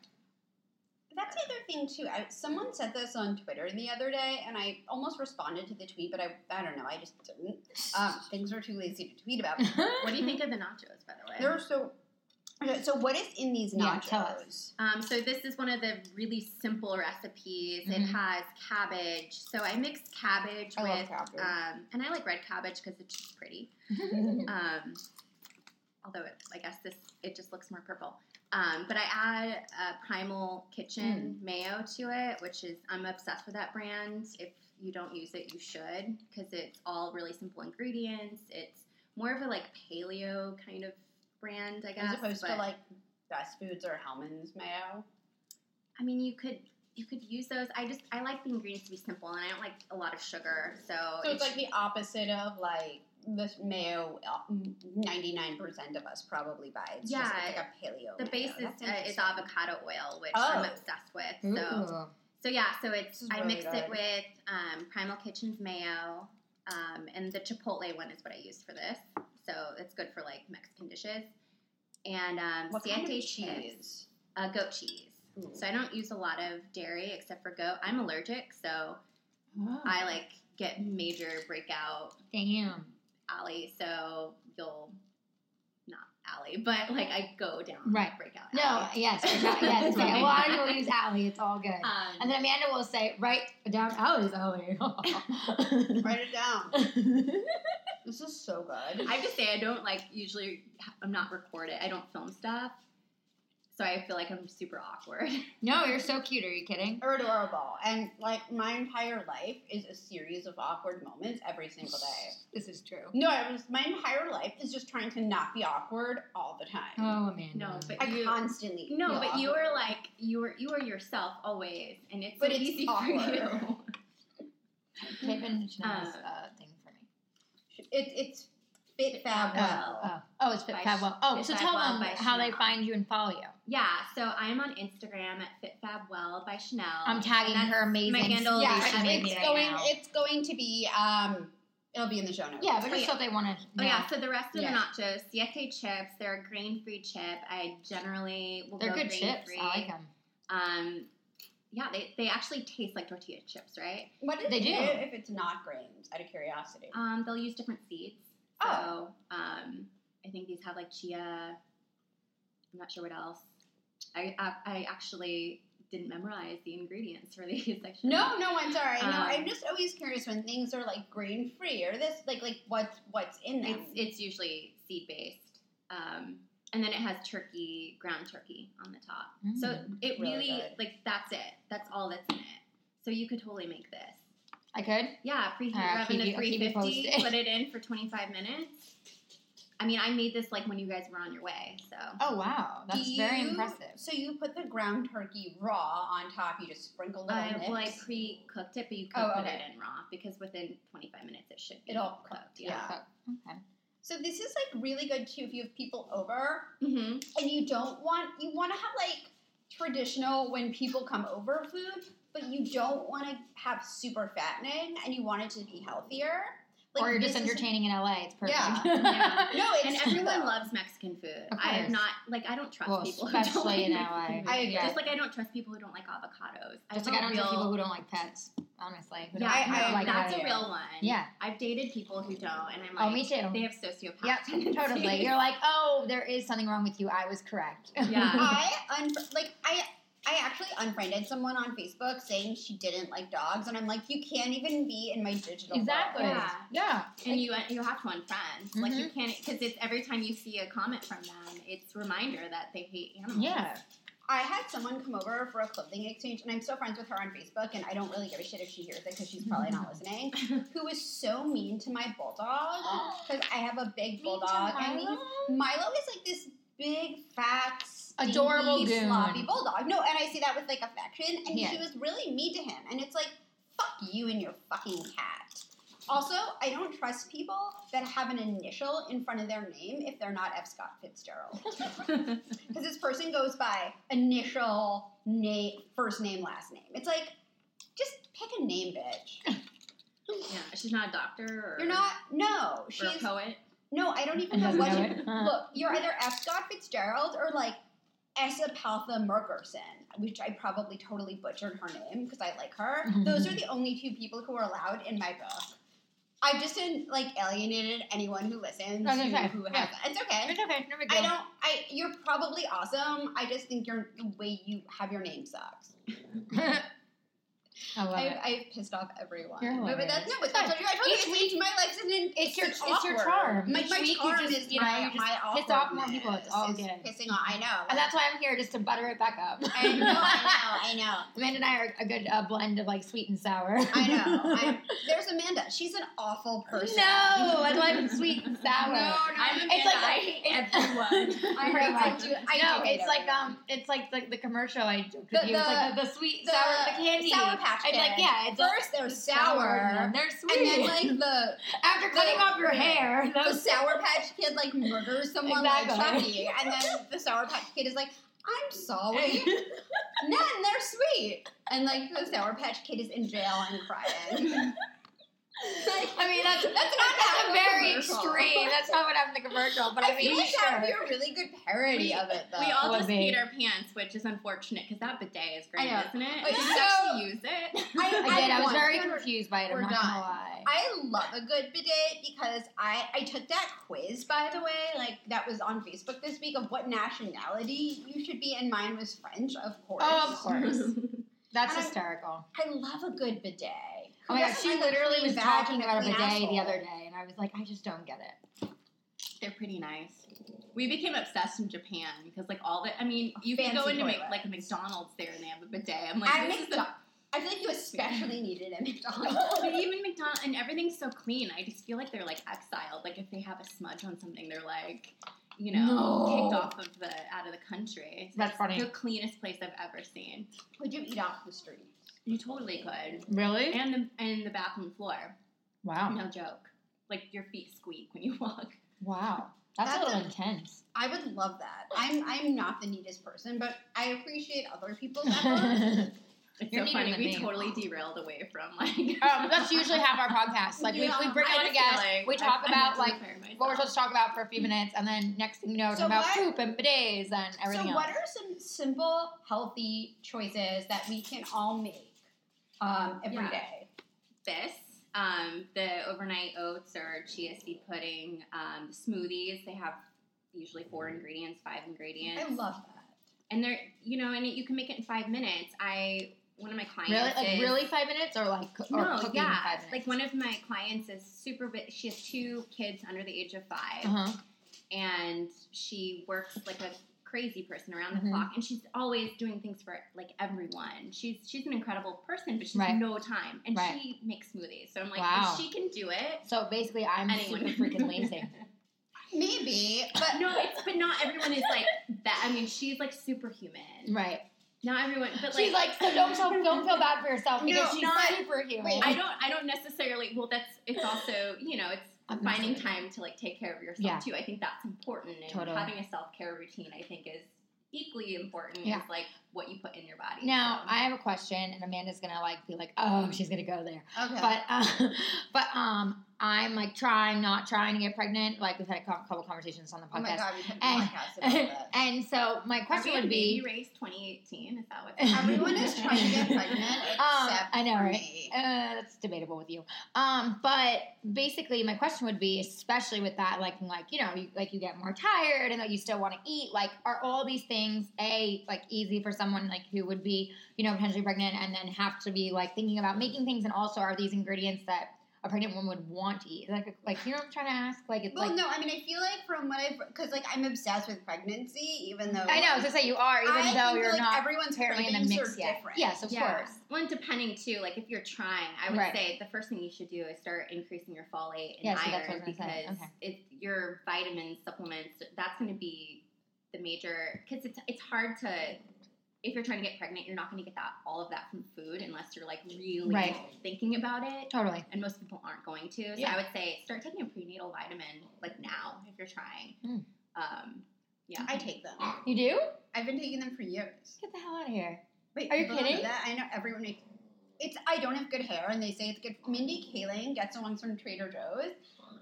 Speaker 1: That's the other thing too. I, someone said this on Twitter the other day, and I almost responded to the tweet, but I, I don't know. I just didn't. Um, things were too lazy to tweet about.
Speaker 3: What do you think of the nachos, by the way?
Speaker 1: They're so. okay, So what is in these
Speaker 2: Yeah,
Speaker 1: nachos?
Speaker 2: tell us.
Speaker 3: Um, so this is one of the really simple recipes. It
Speaker 2: Mhm.
Speaker 3: has cabbage. So I mixed cabbage
Speaker 1: Mm-hmm. I love
Speaker 3: with,
Speaker 1: cabbage.
Speaker 3: um, and I like red cabbage because it's just pretty. Um, although it, I guess this it just looks more purple. Um, but I add a Primal Kitchen
Speaker 1: Hmm.
Speaker 3: mayo to it, which is I'm obsessed with that brand. If you don't use it, you should because it's all really simple ingredients. It's more of a like paleo kind of brand, I guess.
Speaker 1: As opposed to
Speaker 3: but-
Speaker 1: like Best Foods or Hellman's mayo.
Speaker 3: I mean, you could you could use those. I just I like the ingredients to be simple, and I don't like a lot of sugar. So,
Speaker 1: So it's like
Speaker 3: it's-
Speaker 1: the opposite of like this mayo. Ninety nine percent of us probably buy. It's just
Speaker 3: Yeah,
Speaker 1: it's like a paleo.
Speaker 3: the
Speaker 1: mayo.
Speaker 3: base is
Speaker 1: That's
Speaker 3: uh, is
Speaker 1: interesting.
Speaker 3: avocado oil, which I'm
Speaker 1: Oh.
Speaker 3: obsessed with. So.
Speaker 2: Ooh.
Speaker 3: So yeah, so
Speaker 1: This
Speaker 3: it's
Speaker 1: is
Speaker 3: I
Speaker 1: really
Speaker 3: mixed
Speaker 1: good.
Speaker 3: it with um, Primal Kitchen's mayo, um, and the chipotle one is what I used for this. So it's good for like Mexican dishes. And um,
Speaker 1: What kind of
Speaker 3: siete chips,
Speaker 1: cheese?
Speaker 3: uh, goat cheese.
Speaker 1: Ooh.
Speaker 3: So I don't use a lot of dairy except for goat. I'm allergic, so
Speaker 2: Oh.
Speaker 3: I like get major breakout
Speaker 2: Damn.
Speaker 3: alley. So you'll not alley, but like I go down
Speaker 2: Right.
Speaker 3: breakout.
Speaker 2: No.
Speaker 3: alley.
Speaker 2: Yes. for sure. Yes.
Speaker 3: Like
Speaker 2: yeah. Well, I
Speaker 3: that.
Speaker 2: will use Allie. It's all good.
Speaker 3: Um,
Speaker 2: and then Amanda will say, "Right down Allie's Allie."
Speaker 1: Write it down. This is so good.
Speaker 3: I have to say, I don't like usually. I'm not recorded. I don't film stuff, So I feel like I'm super awkward.
Speaker 2: No, you're so cute. Are you kidding?
Speaker 1: Are adorable. And like my entire life is a series of awkward moments every single day.
Speaker 2: This is true.
Speaker 1: No, I was, my entire life is just trying to not be awkward all the time.
Speaker 2: Oh, Amanda.
Speaker 3: No, but
Speaker 1: I
Speaker 3: you
Speaker 1: constantly
Speaker 3: no,
Speaker 1: feel
Speaker 3: but you
Speaker 1: awkward.
Speaker 3: are like you are you are yourself always, and it's
Speaker 1: But
Speaker 3: so
Speaker 1: it's
Speaker 3: easy for
Speaker 1: awkward.
Speaker 3: you.
Speaker 2: Pippin Chanel's
Speaker 3: Um,
Speaker 2: uh, thing for me.
Speaker 1: it, it's fit fab
Speaker 3: Fab
Speaker 1: well.
Speaker 3: Well.
Speaker 2: Oh, oh, it's Fit
Speaker 3: By
Speaker 2: Fab
Speaker 3: Sh-
Speaker 2: Well. Oh,
Speaker 3: Fit
Speaker 2: so
Speaker 3: Fab
Speaker 2: tell
Speaker 3: Well
Speaker 2: them
Speaker 3: by
Speaker 2: how they
Speaker 3: Chanel.
Speaker 2: find you and follow you.
Speaker 3: Yeah, so I'm on Instagram at fitfabwell by Chanel.
Speaker 2: I'm tagging
Speaker 3: That's
Speaker 2: her amazing.
Speaker 3: My handle
Speaker 1: yeah,
Speaker 2: Alicia
Speaker 3: is
Speaker 1: it's,
Speaker 2: made
Speaker 3: amazing
Speaker 1: it's
Speaker 2: right
Speaker 1: going.
Speaker 2: now.
Speaker 1: It's going to be. Um, it'll be in the show notes.
Speaker 2: Yeah, but
Speaker 3: Oh,
Speaker 2: just so they want to.
Speaker 3: Oh yeah, so the rest of
Speaker 1: Yeah.
Speaker 3: the nachos, siete chips, they're a grain-free chip. I generally will
Speaker 2: they're
Speaker 3: go
Speaker 2: good
Speaker 3: grain-free.
Speaker 2: chips. I like them.
Speaker 3: Um, yeah, they, they actually taste like tortilla chips, right?
Speaker 1: What do
Speaker 2: They
Speaker 1: they,
Speaker 2: do.
Speaker 1: do if it's not grains? Out of curiosity.
Speaker 3: Um, they'll use different seeds.
Speaker 1: Oh.
Speaker 3: So, um, I think these have like chia. I'm not sure what else. I I, I actually didn't memorize the ingredients for these. I should've.
Speaker 1: no, no, I'm sorry. No,
Speaker 3: Um,
Speaker 1: I'm just always curious when things are like grain free or this, like, like what's what's in them.
Speaker 3: it's it's usually seed based. Um, and then it has turkey, ground turkey on the top. So
Speaker 2: Mm.
Speaker 3: it
Speaker 1: Really
Speaker 3: really
Speaker 1: good.
Speaker 3: like that's it. That's all that's in it. So you could totally make this.
Speaker 2: I could.
Speaker 3: Yeah,
Speaker 2: All right,
Speaker 3: preheat your
Speaker 2: I'll
Speaker 3: oven
Speaker 2: keep you-
Speaker 3: to
Speaker 2: I'll keep you
Speaker 3: 350.
Speaker 2: posted.
Speaker 3: Put it in for 25 minutes. I mean, I made this like when you guys were on your way. So
Speaker 2: Oh wow,
Speaker 1: Do
Speaker 2: that's very
Speaker 1: you-
Speaker 2: impressive.
Speaker 1: So you put the ground turkey raw on top. You just sprinkle little
Speaker 3: I, well, I
Speaker 1: nibs?
Speaker 3: pre-cooked it, but you could
Speaker 1: Oh,
Speaker 3: put
Speaker 1: okay.
Speaker 3: it in raw because within 25 minutes it should be
Speaker 1: It'll
Speaker 3: cooked.
Speaker 1: cook, yeah.
Speaker 2: Okay.
Speaker 1: So this is like really good too if you have people over
Speaker 3: hmm
Speaker 1: and you don't want you want to have like traditional when people come over food, but you don't want to have super fattening and you want it to be healthier. Like,
Speaker 2: or you're just
Speaker 1: this is-
Speaker 2: entertaining in LA. It's perfect.
Speaker 1: Yeah.
Speaker 3: Yeah.
Speaker 1: No, it's
Speaker 3: And everyone
Speaker 1: though.
Speaker 3: loves Mexican food.
Speaker 2: Of
Speaker 3: I
Speaker 2: course.
Speaker 3: have not like I don't trust
Speaker 2: Well,
Speaker 3: people, who
Speaker 2: especially
Speaker 3: don't
Speaker 2: in
Speaker 3: like
Speaker 2: LA.
Speaker 3: Mexican food.
Speaker 1: I agree.
Speaker 3: Just like I don't trust people who don't like avocados.
Speaker 2: Just
Speaker 3: I
Speaker 2: like I don't
Speaker 3: know real,
Speaker 2: trust people who don't like pets. Honestly, who
Speaker 3: Yeah,
Speaker 2: don't,
Speaker 1: I-
Speaker 2: who
Speaker 1: I-
Speaker 2: don't like
Speaker 3: that's
Speaker 2: pets.
Speaker 3: a real one.
Speaker 2: Yeah.
Speaker 3: I've dated people who don't, and I'm like,
Speaker 2: Oh, me
Speaker 3: they
Speaker 2: too.
Speaker 3: have sociopath.
Speaker 2: Yep,
Speaker 3: tendencies.
Speaker 2: totally. You're like, oh, there is something wrong with you. I was correct.
Speaker 3: Yeah.
Speaker 1: I unf- like I I actually unfriended someone on Facebook saying she didn't like dogs, and I'm like, you can't even be in my digital world."
Speaker 2: exactly.
Speaker 3: Yeah.
Speaker 2: yeah.
Speaker 3: and you you have to unfriend. Like
Speaker 2: Mm-hmm.
Speaker 3: you can't because it's every time you see a comment from them, it's reminder that they hate animals.
Speaker 2: Yeah.
Speaker 1: I had someone come over for a clothing exchange, and I'm still friends with her on Facebook, and I don't really give a shit if she hears it because she's probably not listening. Who was so mean to my bulldog because I have a big bulldog, and he's- Milo is like this big, fat, stinky,
Speaker 2: Adorable goon.
Speaker 1: sloppy bulldog. No, and I say that with like affection. And
Speaker 2: Yeah.
Speaker 1: she was really mean to him, and it's like, fuck you and your fucking cat. Also, I don't trust people that have an initial in front of their name if they're not F. Scott Fitzgerald, because this person goes by initial name, first name, last name. It's like, just pick a name, bitch.
Speaker 3: Yeah, She's not a doctor. Or,
Speaker 1: You're not. No,
Speaker 3: Or a
Speaker 1: she's
Speaker 3: poet.
Speaker 1: no. I don't even
Speaker 2: And
Speaker 1: know
Speaker 2: doesn't
Speaker 1: what.
Speaker 2: know
Speaker 1: she-
Speaker 2: it. Uh,
Speaker 1: Look, you're either F. Scott Fitzgerald or like Esapaltha Merkerson, which I probably totally butchered her name because I like her. Those are the only two people who are allowed in my book. I've just in, like alienated anyone who listens
Speaker 2: That's
Speaker 1: who,
Speaker 2: okay.
Speaker 1: who has.
Speaker 2: Yeah.
Speaker 1: It's okay.
Speaker 2: It's okay. No big
Speaker 1: I
Speaker 2: deal.
Speaker 1: don't. I. You're probably awesome. I just think your the way you have your name sucks.
Speaker 2: I love
Speaker 1: I've,
Speaker 2: it.
Speaker 1: I've pissed off everyone.
Speaker 2: You're
Speaker 1: but, but that's
Speaker 2: hilarious.
Speaker 1: no. But that's what you. I told
Speaker 2: Each
Speaker 1: you. It's, it's my life's an.
Speaker 2: It's your
Speaker 1: an
Speaker 2: it's your
Speaker 1: awkward.
Speaker 2: charm.
Speaker 1: My,
Speaker 2: Each
Speaker 1: my
Speaker 2: week you
Speaker 1: charm
Speaker 2: just,
Speaker 1: is
Speaker 2: you know,
Speaker 1: my,
Speaker 2: you just-
Speaker 1: my
Speaker 2: piss off more people, it's all
Speaker 1: awkwardness
Speaker 2: good.
Speaker 1: is Pissing off. I know.
Speaker 2: and that's why I'm here just to butter it back up.
Speaker 1: I know, I know, I know.
Speaker 2: Amanda and I are a good uh, blend of like sweet and sour.
Speaker 1: I know. I'm, there's Amanda. She's an awful person.
Speaker 2: No, I like sweet and sour.
Speaker 1: No, no,
Speaker 3: I'm
Speaker 2: it's like
Speaker 3: I hate everyone.
Speaker 1: I,
Speaker 2: Pretty
Speaker 1: I,
Speaker 2: much.
Speaker 1: do. I
Speaker 2: no,
Speaker 1: do hate
Speaker 2: it's like
Speaker 1: everyone.
Speaker 2: um, it's like the, the commercial I joked
Speaker 1: The-
Speaker 2: with you. It's
Speaker 1: the-
Speaker 2: like the, the sweet sour the candy.
Speaker 1: Sour patch
Speaker 2: It's like
Speaker 1: Kids.
Speaker 2: yeah, it's like
Speaker 1: First, they're sour,
Speaker 2: and they're sweet.
Speaker 1: and then like the
Speaker 2: after cutting
Speaker 1: the-
Speaker 2: off your hair, that
Speaker 1: the
Speaker 2: was
Speaker 1: sour patch kid like murders someone like
Speaker 2: Exactly.
Speaker 1: Chucky, and then the sour patch kid is like, "I'm sorry." Nan, they're sweet, and like the sour patch kid is in jail and crying.
Speaker 2: I mean that's
Speaker 1: That's not
Speaker 2: that's a
Speaker 1: how
Speaker 2: very
Speaker 1: commercial.
Speaker 2: extreme. That's not what happened in the commercial, but I,
Speaker 1: I
Speaker 2: mean
Speaker 1: feel like that would be
Speaker 2: sure.
Speaker 1: a really good parody
Speaker 3: We-
Speaker 1: of it, though.
Speaker 3: we all
Speaker 2: would
Speaker 3: just
Speaker 2: be-
Speaker 3: peed our pants, which is unfortunate because that bidet is great,
Speaker 1: know.
Speaker 3: isn't it?
Speaker 1: Like,
Speaker 3: Did you
Speaker 1: so-
Speaker 3: actually use it?
Speaker 1: I-
Speaker 2: I did. I was
Speaker 1: want-
Speaker 2: very confused by it. I'm
Speaker 1: We're
Speaker 2: not gonna
Speaker 1: done.
Speaker 2: lie.
Speaker 1: I love a good bidet because I I took that quiz by the way, like that was on Facebook this week of what nationality you should be, and mine was French, of course.
Speaker 2: Oh, of course. That's
Speaker 1: And I-
Speaker 2: hysterical.
Speaker 1: I love a good bidet.
Speaker 2: Oh my god, she literally was talking about a bidet
Speaker 1: day
Speaker 2: the other day, and I was like, I just don't get it.
Speaker 3: They're pretty nice. We became obsessed in Japan because like all the I mean, you can go
Speaker 2: Fancy
Speaker 3: into Mc-
Speaker 2: toilet.
Speaker 3: like a McDonald's there and they have a bidet. I'm like,
Speaker 1: At
Speaker 3: this is the
Speaker 1: McDo- I feel like you especially needed at McDonald's.
Speaker 3: but even McDonald's and everything's so clean. I just feel like they're like exiled. Like if they have a smudge on something, they're like, you know,
Speaker 2: No.
Speaker 3: kicked off of the out of the country. It's
Speaker 2: That's funny.
Speaker 3: the cleanest place I've ever seen.
Speaker 1: Would you eat off the street?
Speaker 3: You totally could.
Speaker 2: Really?
Speaker 3: And the and the bathroom floor.
Speaker 2: wow.
Speaker 3: No joke. Like your feet squeak when you walk.
Speaker 2: Wow. That's,
Speaker 1: That's
Speaker 2: a little
Speaker 1: a-
Speaker 2: intense.
Speaker 1: I would love that. I'm I'm not the neatest person, but I appreciate other people's efforts.
Speaker 3: It's
Speaker 2: You're neater
Speaker 3: so funny.
Speaker 2: than
Speaker 3: We
Speaker 2: me.
Speaker 3: totally derailed away from like.
Speaker 2: um, that's usually half our podcast. Like
Speaker 1: Yeah.
Speaker 2: we, we bring
Speaker 3: I
Speaker 2: on a
Speaker 3: just feel
Speaker 2: guest,
Speaker 3: like
Speaker 2: we
Speaker 3: I've-
Speaker 2: talk
Speaker 3: I've
Speaker 2: about
Speaker 3: had to
Speaker 2: like
Speaker 3: prepare myself.
Speaker 2: what we're supposed to talk about for a few minutes, and then next thing you know, we're
Speaker 1: So
Speaker 2: talking about
Speaker 1: what-
Speaker 2: poop and bidets and everything
Speaker 1: so,
Speaker 2: else.
Speaker 1: what are some simple, healthy choices that we can all make um, every day?
Speaker 3: Yeah. this. Um, the overnight oats or chia seed pudding, um, smoothies. They have usually four ingredients, five ingredients,
Speaker 1: I love that.
Speaker 3: and they're you know, and it, you can make it in five minutes. I one of my clients
Speaker 2: Really, like
Speaker 3: is-
Speaker 2: really five minutes, or like co- or
Speaker 3: no,
Speaker 2: cooking
Speaker 3: yeah.
Speaker 2: five minutes.
Speaker 3: Like one of my clients is super. bu- She has two kids under the age of 5
Speaker 2: Uh-huh.
Speaker 3: and she works like a crazy person around the
Speaker 2: Mhm.
Speaker 3: clock and she's always doing things for like everyone she's she's an incredible person but she's
Speaker 2: Right.
Speaker 3: no time and
Speaker 2: Right.
Speaker 3: she makes smoothies so i'm like
Speaker 2: Wow.
Speaker 3: if she can do it
Speaker 2: So basically, I'm
Speaker 3: Anyone.
Speaker 2: super freaking lazy.
Speaker 1: Maybe, but
Speaker 3: no it's but not everyone is like that i mean she's like superhuman
Speaker 2: right?
Speaker 3: not everyone but
Speaker 2: she's like, so don't feel, don't feel bad for yourself
Speaker 1: No,
Speaker 2: because she's
Speaker 1: not-
Speaker 2: superhuman.
Speaker 1: wait,
Speaker 3: i don't i don't necessarily well that's it's also you know it's
Speaker 2: I'm
Speaker 3: finding
Speaker 2: sorry.
Speaker 3: time to like take care of yourself
Speaker 2: Yeah.
Speaker 3: too i think that's important and
Speaker 2: Totally.
Speaker 3: having a self-care routine i think is equally important
Speaker 2: Yeah.
Speaker 3: as like what you put in your body
Speaker 2: Now
Speaker 3: So-
Speaker 2: I have a question, and Amanda's gonna like be like, oh, she's gonna go there.
Speaker 1: okay.
Speaker 2: but uh, but um, I'm like trying, not trying to get pregnant. Like we've had a cou- couple conversations on the
Speaker 1: oh my
Speaker 2: podcast,
Speaker 1: god, we couldn't
Speaker 2: And-
Speaker 1: podcast about that.
Speaker 2: and so my question
Speaker 3: Are we
Speaker 2: would
Speaker 3: in
Speaker 2: be,
Speaker 3: baby race 2018. Is that what?
Speaker 1: Everyone is trying to get pregnant
Speaker 2: Um,
Speaker 1: except
Speaker 2: I know,
Speaker 1: for
Speaker 2: right?
Speaker 1: me.
Speaker 2: uh, that's debatable with you. Um, but basically, my question would be, especially with that, like like you know, you, like you get more tired and that you still want to eat. Like, are all these things a like easy for someone like who would be you know potentially pregnant and then have to be like thinking about making things, and also are these ingredients that a pregnant woman would want to eat? Like like you know what I'm trying to ask? Like it's
Speaker 1: Well,
Speaker 2: like.
Speaker 1: no, I mean, I feel like from what I've, because like I'm obsessed with pregnancy, even though
Speaker 2: I know, I was
Speaker 1: like,
Speaker 2: gonna say you are, even
Speaker 1: I
Speaker 2: though
Speaker 1: think,
Speaker 2: you're
Speaker 1: like,
Speaker 2: not
Speaker 1: everyone's
Speaker 2: apparently in the
Speaker 1: cravings
Speaker 2: mix
Speaker 1: are
Speaker 2: yet.
Speaker 1: different.
Speaker 2: Yes, of
Speaker 3: yeah.
Speaker 2: course.
Speaker 3: Well, and depending too, like if you're trying, I would
Speaker 2: Right.
Speaker 3: say the first thing you should do is start increasing your folate and
Speaker 2: Yeah, see, that's what I
Speaker 3: iron
Speaker 2: was
Speaker 3: because
Speaker 2: gonna say. Okay.
Speaker 3: it, your vitamin supplements. That's going to be the major because it's it's hard to if you're trying to get pregnant, you're not going to get that all of that from food unless you're like really
Speaker 2: Right.
Speaker 3: thinking about it.
Speaker 2: Totally.
Speaker 3: And most people aren't going to. So
Speaker 2: Yeah.
Speaker 3: I would say start taking a prenatal vitamin like now if you're trying.
Speaker 2: Mm.
Speaker 3: Um, yeah.
Speaker 1: I take them.
Speaker 2: You do?
Speaker 1: I've been taking them for years.
Speaker 2: Get the hell out of here.
Speaker 1: Wait,
Speaker 2: Are you
Speaker 1: people don't know
Speaker 2: kidding?
Speaker 1: That I know everyone. Makes, it's I don't have good hair, and they say it's good. Mindy Kaling gets the ones from Trader Joe's.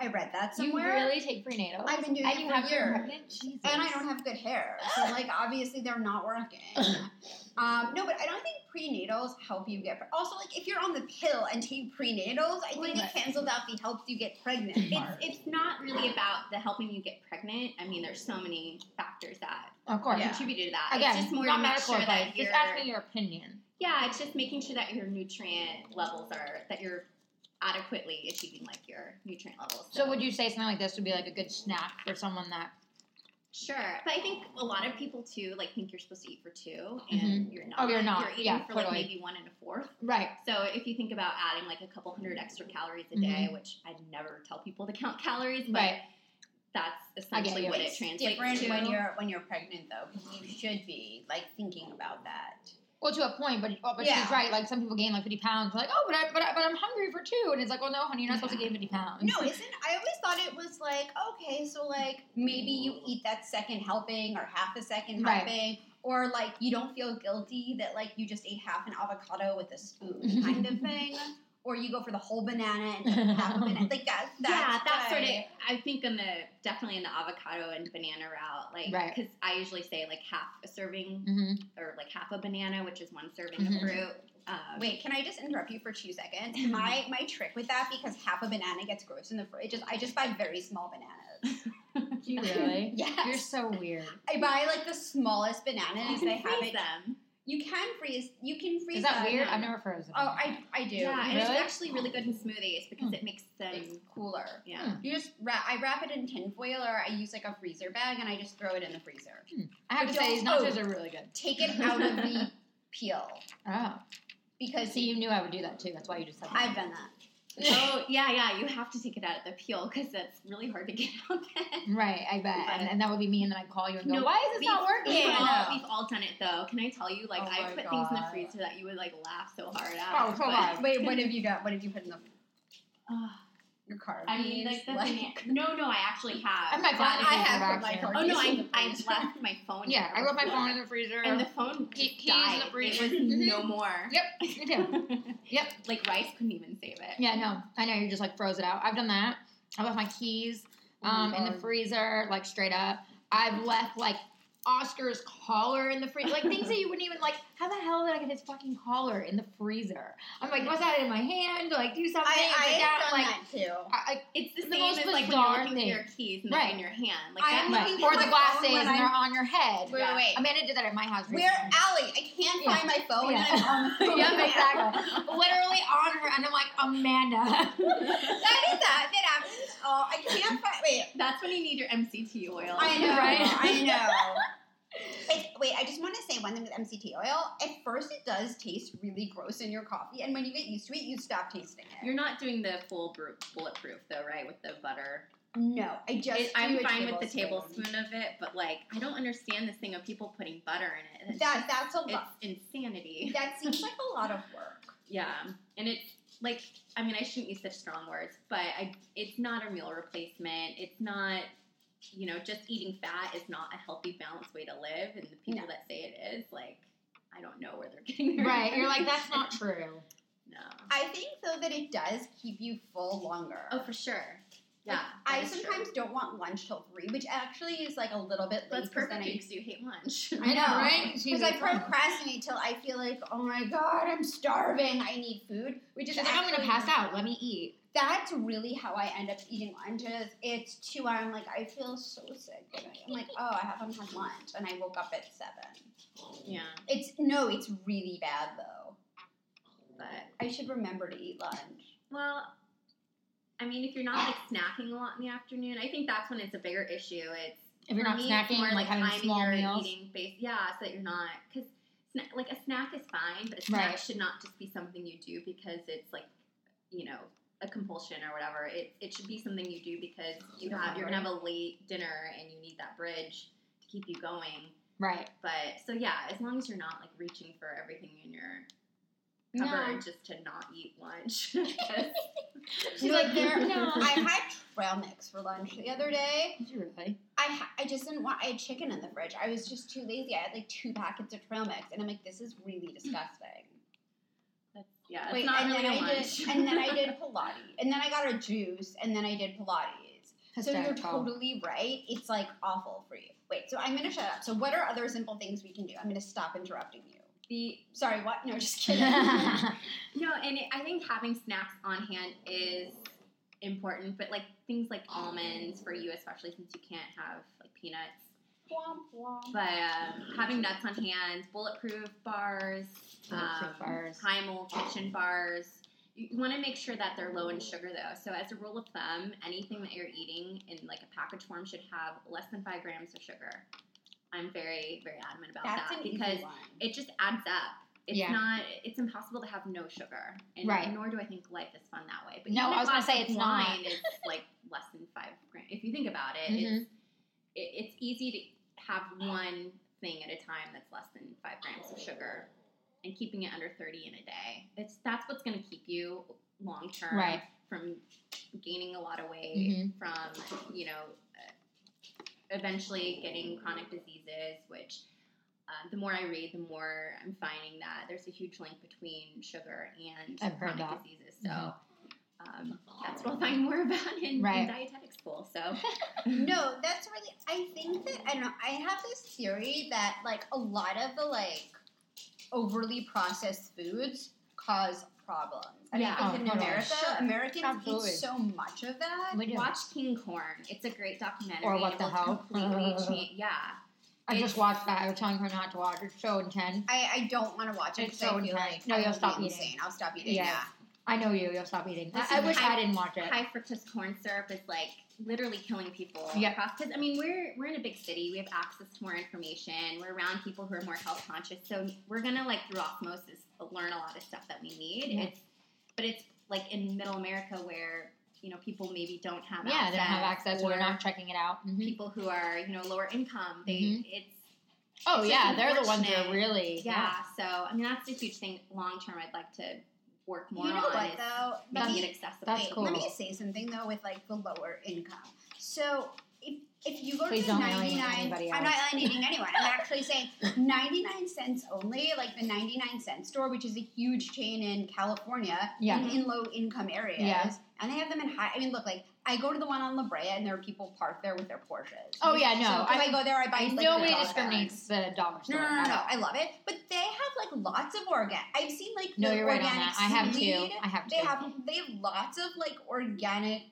Speaker 1: I read that somewhere.
Speaker 2: You really take prenatal?
Speaker 1: I've been doing
Speaker 2: and
Speaker 1: it
Speaker 2: you
Speaker 1: for
Speaker 2: have
Speaker 1: years.
Speaker 2: pregnant? Jesus.
Speaker 1: and I don't have good hair, so like obviously they're not working. um, no, but I don't think prenatals help you get. Pre- also, like if you're on the pill and take prenatals, I think
Speaker 2: Right.
Speaker 1: it cancels out the helps you get pregnant.
Speaker 3: it's,
Speaker 1: part.
Speaker 3: it's not really about the helping you get pregnant. I mean, there's so many factors that
Speaker 2: Of course.
Speaker 1: Yeah.
Speaker 3: contribute to that.
Speaker 2: Again,
Speaker 3: it's just more
Speaker 2: not
Speaker 3: to make
Speaker 2: medical
Speaker 3: sure
Speaker 2: advice.
Speaker 3: that
Speaker 2: just
Speaker 3: you're,
Speaker 2: asking your opinion.
Speaker 3: yeah, it's just making sure that your nutrient levels are that you're adequately achieving like your nutrient levels.
Speaker 2: So, would you say something like this would be like a good snack for someone that?
Speaker 3: sure, but I think a lot of people too like think you're supposed to eat for two, and you're not.
Speaker 2: Oh, you're not.
Speaker 3: eating
Speaker 2: Yeah,
Speaker 3: for
Speaker 2: totally.
Speaker 3: like maybe one and a fourth.
Speaker 2: Right.
Speaker 3: So if you think about adding like a couple hundred extra calories a
Speaker 2: Mhm.
Speaker 3: day, which I never tell people to count calories, but
Speaker 2: Right.
Speaker 3: that's
Speaker 2: I get
Speaker 3: essentially
Speaker 2: you.
Speaker 3: what
Speaker 1: It's
Speaker 3: it translates
Speaker 1: different
Speaker 3: to.
Speaker 1: when you're when you're pregnant though, because you should be like thinking about that.
Speaker 2: Well, to a point, but oh, but she's
Speaker 1: Yeah.
Speaker 2: right. Like some people gain like fifty pounds. Like, oh, but I but I, but I'm hungry for two, and it's like, well, no, honey, you're not supposed to gain fifty pounds.
Speaker 1: No, isn't I always thought it was like, okay, so like maybe you eat that second helping or half a second
Speaker 2: Right.
Speaker 1: helping, or like you don't feel guilty that like you just ate half an avocado with a spoon kind of thing. Or you go for the whole banana and like half a banana. Like that that's
Speaker 3: yeah,
Speaker 1: what
Speaker 3: that's sort of.
Speaker 1: I-
Speaker 3: I think in the definitely in the avocado and banana route, like
Speaker 2: Right.
Speaker 3: because I usually say like half a serving
Speaker 2: hmm
Speaker 3: or like half a banana, which is one serving
Speaker 2: Mhm.
Speaker 3: of fruit. Um,
Speaker 1: Wait, can I just interrupt you for two seconds? My my trick with that because half a banana gets gross in the fridge is I just buy very small bananas.
Speaker 2: You really?
Speaker 1: Yes,
Speaker 2: You're so weird.
Speaker 1: I buy like the smallest bananas
Speaker 3: you
Speaker 1: they
Speaker 3: can
Speaker 1: have
Speaker 3: freeze
Speaker 1: it
Speaker 3: them.
Speaker 1: You can freeze. You can freeze.
Speaker 2: Is that
Speaker 1: them.
Speaker 2: weird?
Speaker 3: yeah.
Speaker 2: I've never frozen.
Speaker 1: Oh, I I do.
Speaker 3: Yeah, and it's
Speaker 2: Really?
Speaker 3: actually really good in smoothies because
Speaker 2: Mm.
Speaker 3: it makes them.
Speaker 1: It's cooler.
Speaker 3: yeah.
Speaker 1: You just wrap. I wrap it in tinfoil, or I use like a freezer bag, and I just throw it in the freezer.
Speaker 2: I have to
Speaker 1: But
Speaker 2: say these
Speaker 1: don't-
Speaker 2: nachos are really good.
Speaker 1: Take it out of the peel
Speaker 2: Oh,
Speaker 1: because
Speaker 2: so you knew I would do that too. That's why you just said that.
Speaker 1: I've done that.
Speaker 3: oh yeah, yeah. You have to take it out of the peel because that's really hard to get out. Then
Speaker 2: Right, I bet.
Speaker 3: But-
Speaker 2: and, and that would be me, and then I'd call you and go,
Speaker 3: No,
Speaker 2: "Why is this
Speaker 3: we've,
Speaker 2: not working?"
Speaker 3: We've all,
Speaker 2: I know.
Speaker 3: we've all done it though. Can I tell you? Like
Speaker 2: Oh
Speaker 3: I
Speaker 2: my
Speaker 3: put things in the
Speaker 2: God.
Speaker 3: freezer that you would like laugh so hard at.
Speaker 2: Oh, come
Speaker 3: but-
Speaker 2: on.
Speaker 1: Wait, what have you got? What have you put in the
Speaker 3: Ugh.
Speaker 1: your car?
Speaker 3: I mean, like the thing. No, no, I actually have.
Speaker 2: I'm not
Speaker 3: But
Speaker 2: glad
Speaker 1: I
Speaker 2: you
Speaker 1: have
Speaker 2: back
Speaker 1: for my
Speaker 2: here.
Speaker 1: car.
Speaker 3: Oh no,
Speaker 1: Keys in
Speaker 3: I
Speaker 1: the
Speaker 3: I
Speaker 1: fridge.
Speaker 3: left my phone.
Speaker 2: Yeah,
Speaker 3: in
Speaker 2: I
Speaker 3: the
Speaker 2: left my
Speaker 3: freezer.
Speaker 2: phone in the freezer.
Speaker 3: And the phone
Speaker 2: Key-
Speaker 3: just
Speaker 2: keys in the
Speaker 3: died.
Speaker 2: freezer.
Speaker 3: It was
Speaker 2: Mhm.
Speaker 3: no
Speaker 1: Mm-hmm.
Speaker 3: more.
Speaker 2: yep, you do. Yep.
Speaker 3: Like rice couldn't even save it.
Speaker 2: Yeah, no, I know you just like froze it out. I've done that. I left my keys
Speaker 1: Oh my
Speaker 2: um, in the
Speaker 1: God.
Speaker 2: freezer, like straight up. I've left like Oscar's collar in the freezer, like things that you wouldn't even like. How the hell did I get his fucking collar in the freezer? I'm like, what's that in my hand? Like, do something.
Speaker 1: I,
Speaker 2: Like,
Speaker 1: I
Speaker 2: that,
Speaker 1: have done
Speaker 2: like,
Speaker 1: that too.
Speaker 2: I, I,
Speaker 3: It's the
Speaker 2: The
Speaker 3: same
Speaker 2: most
Speaker 3: as like when
Speaker 2: bizarre
Speaker 3: you're looking
Speaker 2: thing.
Speaker 3: at your keys and they're
Speaker 2: Right.
Speaker 3: in your hand. Like
Speaker 1: I am
Speaker 3: that.
Speaker 2: right.
Speaker 1: looking for
Speaker 2: or
Speaker 1: my
Speaker 2: the glasses
Speaker 1: phone when
Speaker 2: and they're
Speaker 1: I'm-
Speaker 2: on your head.
Speaker 1: Wait, wait, wait.
Speaker 2: Amanda did that at my house.
Speaker 1: Where
Speaker 2: recently.
Speaker 1: Allie? I can't
Speaker 2: Yeah.
Speaker 1: find my phone.
Speaker 2: Yeah.
Speaker 1: And I'm on the phone.
Speaker 2: Yep, exactly. Literally on her, and I'm like, Amanda.
Speaker 1: That is that. That happens. Oh, I can't find. Wait,
Speaker 3: That's when you need your MCT oil.
Speaker 1: I know.
Speaker 2: Right?
Speaker 1: I know. It, wait, I just want to say one thing with MCT oil. At first, it does taste really gross in your coffee, and when you get used to it, you stop tasting it.
Speaker 3: You're not doing the full bru- bulletproof though, right? With the butter.
Speaker 1: no, I just.
Speaker 3: It- I'm
Speaker 1: do a
Speaker 3: fine with the
Speaker 1: tablespoon.
Speaker 3: tablespoon of it, but like I don't understand this thing of people putting butter in it. It's
Speaker 1: That that's a
Speaker 3: it's
Speaker 1: lot.
Speaker 3: insanity.
Speaker 1: That seems like a lot of work.
Speaker 3: Yeah, and it's like I mean I shouldn't use such strong words, but I it's not a meal replacement. It's not you know just eating fat is not a healthy, balanced way to live, and the people
Speaker 1: No.
Speaker 3: that say it is like I don't know where they're getting their
Speaker 2: right. You're like, that's not true.
Speaker 3: no.
Speaker 1: I think though that it does keep you full longer.
Speaker 3: Oh, for sure. Yeah,
Speaker 1: Like, I
Speaker 3: that is true.
Speaker 1: sometimes don't want lunch till three, which actually is like a little bit late.
Speaker 3: that's
Speaker 1: 'cause then
Speaker 3: perfect because you hate lunch.
Speaker 1: I know,
Speaker 2: right?
Speaker 1: Because I procrastinate till I feel like, oh my god, I'm starving. I need food. Which
Speaker 2: She's
Speaker 1: is
Speaker 2: like, I'm gonna
Speaker 1: actually-
Speaker 2: pass out. Let me eat.
Speaker 1: That's really how I end up eating lunches. It's two. I'm like, I feel so sick. Today. I'm like, oh, I haven't had lunch, and I woke up at seven.
Speaker 3: Yeah,
Speaker 1: It's no, it's really bad though.
Speaker 3: but
Speaker 1: I should remember to eat lunch.
Speaker 3: Well, I mean, if you're not like snacking a lot in the afternoon, I think that's when it's a bigger issue. It's
Speaker 2: If you're
Speaker 3: for
Speaker 2: not
Speaker 3: me, it's
Speaker 2: snacking,
Speaker 3: more,
Speaker 2: like, having
Speaker 3: timing
Speaker 2: small
Speaker 3: your
Speaker 2: meals.
Speaker 3: eating based, yeah, so that you're not because sna- like a snack is fine, but a snack
Speaker 2: Right.
Speaker 3: should not just be something you do because it's like you know a compulsion or whatever. It it should be something you do because you
Speaker 1: You're
Speaker 3: have you're gonna
Speaker 1: hungry.
Speaker 3: have a late dinner and you need that bridge to keep you going.
Speaker 2: Right.
Speaker 3: But so yeah, as long as you're not like reaching for everything in your
Speaker 2: No.
Speaker 3: cupboard just to not eat lunch. 'Cause-
Speaker 2: She's like, there. No.
Speaker 1: I had trail mix for lunch the other day.
Speaker 2: Did you really?
Speaker 1: I ha- I just didn't want. I had chicken in the fridge. I was just too lazy. I had like two packets of trail mix, and I'm like, this is really disgusting.
Speaker 3: Yeah, it's
Speaker 1: Wait,
Speaker 3: Mm. not
Speaker 1: and
Speaker 3: really
Speaker 1: then
Speaker 3: a
Speaker 1: I
Speaker 3: lunch.
Speaker 1: did, and then I did Pilates, and then I got a juice, and then I did Pilates. so you're totally right. It's like awful for you. Wait, so I'm gonna shut up. So what are other simple things we can do? I'm gonna stop interrupting you.
Speaker 3: the
Speaker 1: Sorry, what? No, just kidding.
Speaker 2: right.
Speaker 3: no, and it, I think having snacks on hand is important, but like things like almonds for you, especially since you can't have like peanuts.
Speaker 1: Womp womp.
Speaker 3: But um, having nuts on hand, bulletproof bars,
Speaker 2: Bulletproof
Speaker 3: um,
Speaker 2: bars.
Speaker 3: Primal kitchen bars. You, want to make sure that they're low in sugar though. So as a rule of thumb, anything that you're eating in like a package form should have less than five grams of sugar. I'm very very adamant about
Speaker 1: That's
Speaker 3: that
Speaker 1: an
Speaker 3: because
Speaker 1: easy one.
Speaker 3: it just adds up. It's
Speaker 2: Yeah.
Speaker 3: not. It's impossible to have no sugar, and
Speaker 2: Right.
Speaker 3: nor do I think life is fun that way. But
Speaker 2: No,
Speaker 3: even
Speaker 2: I
Speaker 3: a
Speaker 2: was gonna
Speaker 3: glass
Speaker 2: say
Speaker 3: of
Speaker 2: it's not. Mm-hmm.
Speaker 3: wine is like less than five grams. If you think about it, it's it, it's easy to have one thing at a time that's less than five grams of sugar, and keeping it under thirty in a day. It's that's what's going to keep you long term
Speaker 2: Right.
Speaker 3: from gaining a lot of weight,
Speaker 2: Mhm.
Speaker 3: from you know, uh, eventually getting chronic diseases, which. Uh, the more I read, the more I'm finding that there's a huge link between sugar and
Speaker 2: I've heard
Speaker 3: chronic
Speaker 2: that. Mm-hmm.
Speaker 3: diseases. So um, that's what I'll find more about in,
Speaker 2: Right.
Speaker 3: in dietetic school. So
Speaker 1: No, that's really. I think that I don't know. I have this theory that like a lot of the like overly processed foods cause problems. I
Speaker 3: Yeah.
Speaker 1: mean,
Speaker 2: Oh,
Speaker 1: like in
Speaker 2: totally.
Speaker 1: America,
Speaker 2: Sure.
Speaker 1: Americans
Speaker 2: Absolutely.
Speaker 1: eat so much of that.
Speaker 2: We do.
Speaker 3: Watch King Corn. It's a great documentary.
Speaker 2: Or What
Speaker 3: It
Speaker 2: the
Speaker 3: will
Speaker 2: Hell.
Speaker 3: completely change- Yeah.
Speaker 2: I
Speaker 1: It's-
Speaker 2: just watched that. I was telling her not to watch. It's so intense.
Speaker 1: I, I don't want to watch it because
Speaker 2: It's so
Speaker 1: I feel
Speaker 2: intense.
Speaker 1: like
Speaker 2: No,
Speaker 1: I
Speaker 2: you'll
Speaker 1: will
Speaker 2: stop
Speaker 1: be
Speaker 2: eating.
Speaker 1: insane. I'll stop eating.
Speaker 2: Yeah.
Speaker 1: Yeah,
Speaker 2: I know you. You'll stop eating. I-
Speaker 3: Listen,
Speaker 2: I, wish I,
Speaker 3: I-
Speaker 2: didn't watch it.
Speaker 3: High fructose corn syrup is like literally killing people
Speaker 2: Yeah.
Speaker 3: across. Because I mean, we're we're in a big city. We have access to more information. We're around people who are more health conscious. So we're gonna like through osmosis learn a lot of stuff that we need.
Speaker 2: Yeah.
Speaker 3: It's but it's like in Middle America where you know people maybe don't have
Speaker 2: yeah,
Speaker 3: access
Speaker 2: they don't have access.
Speaker 3: or
Speaker 2: We're not checking it out.
Speaker 1: Mm-hmm.
Speaker 2: Mhm.
Speaker 3: people who are you know lower income. They
Speaker 2: Mhm.
Speaker 3: it's
Speaker 2: Oh
Speaker 3: it's just
Speaker 2: yeah, they're the ones that are
Speaker 3: unfortunate.
Speaker 2: really
Speaker 3: yeah, So I mean that's a huge thing long term. I'd like to work more
Speaker 1: you know
Speaker 3: on
Speaker 1: what though?
Speaker 3: is
Speaker 2: That's-
Speaker 3: making
Speaker 1: Maybe-
Speaker 3: it accessible.
Speaker 2: that's
Speaker 1: Wait,
Speaker 2: cool.
Speaker 1: Let me say something though with like the lower income. So if if you go
Speaker 2: Please
Speaker 1: to
Speaker 2: don't alienate
Speaker 1: 99,
Speaker 2: anybody
Speaker 1: I'm
Speaker 2: else.
Speaker 1: not alienating anyone. I'm actually saying 99 cents only, like the 99 cent store, which is a huge chain in California,
Speaker 2: Yeah.
Speaker 1: in, in low income areas,
Speaker 2: Yeah.
Speaker 1: and they have them in high. I mean, look, like I go to the one on La Brea, and there are people parked there with their Porsches.
Speaker 2: Oh yeah, no.
Speaker 1: So if I,
Speaker 2: I mean,
Speaker 1: go there, I buy like,
Speaker 2: nobody
Speaker 1: $3
Speaker 2: discriminates the dollar
Speaker 1: No,
Speaker 2: store.
Speaker 1: no, no,
Speaker 2: at
Speaker 1: no,
Speaker 2: all.
Speaker 1: I love it, but they have like lots of organic. I've seen like
Speaker 2: No,
Speaker 1: the
Speaker 2: you're right on
Speaker 1: organic
Speaker 2: that. I have
Speaker 1: seaweed.
Speaker 2: two. I have two.
Speaker 1: They have they have lots of like organic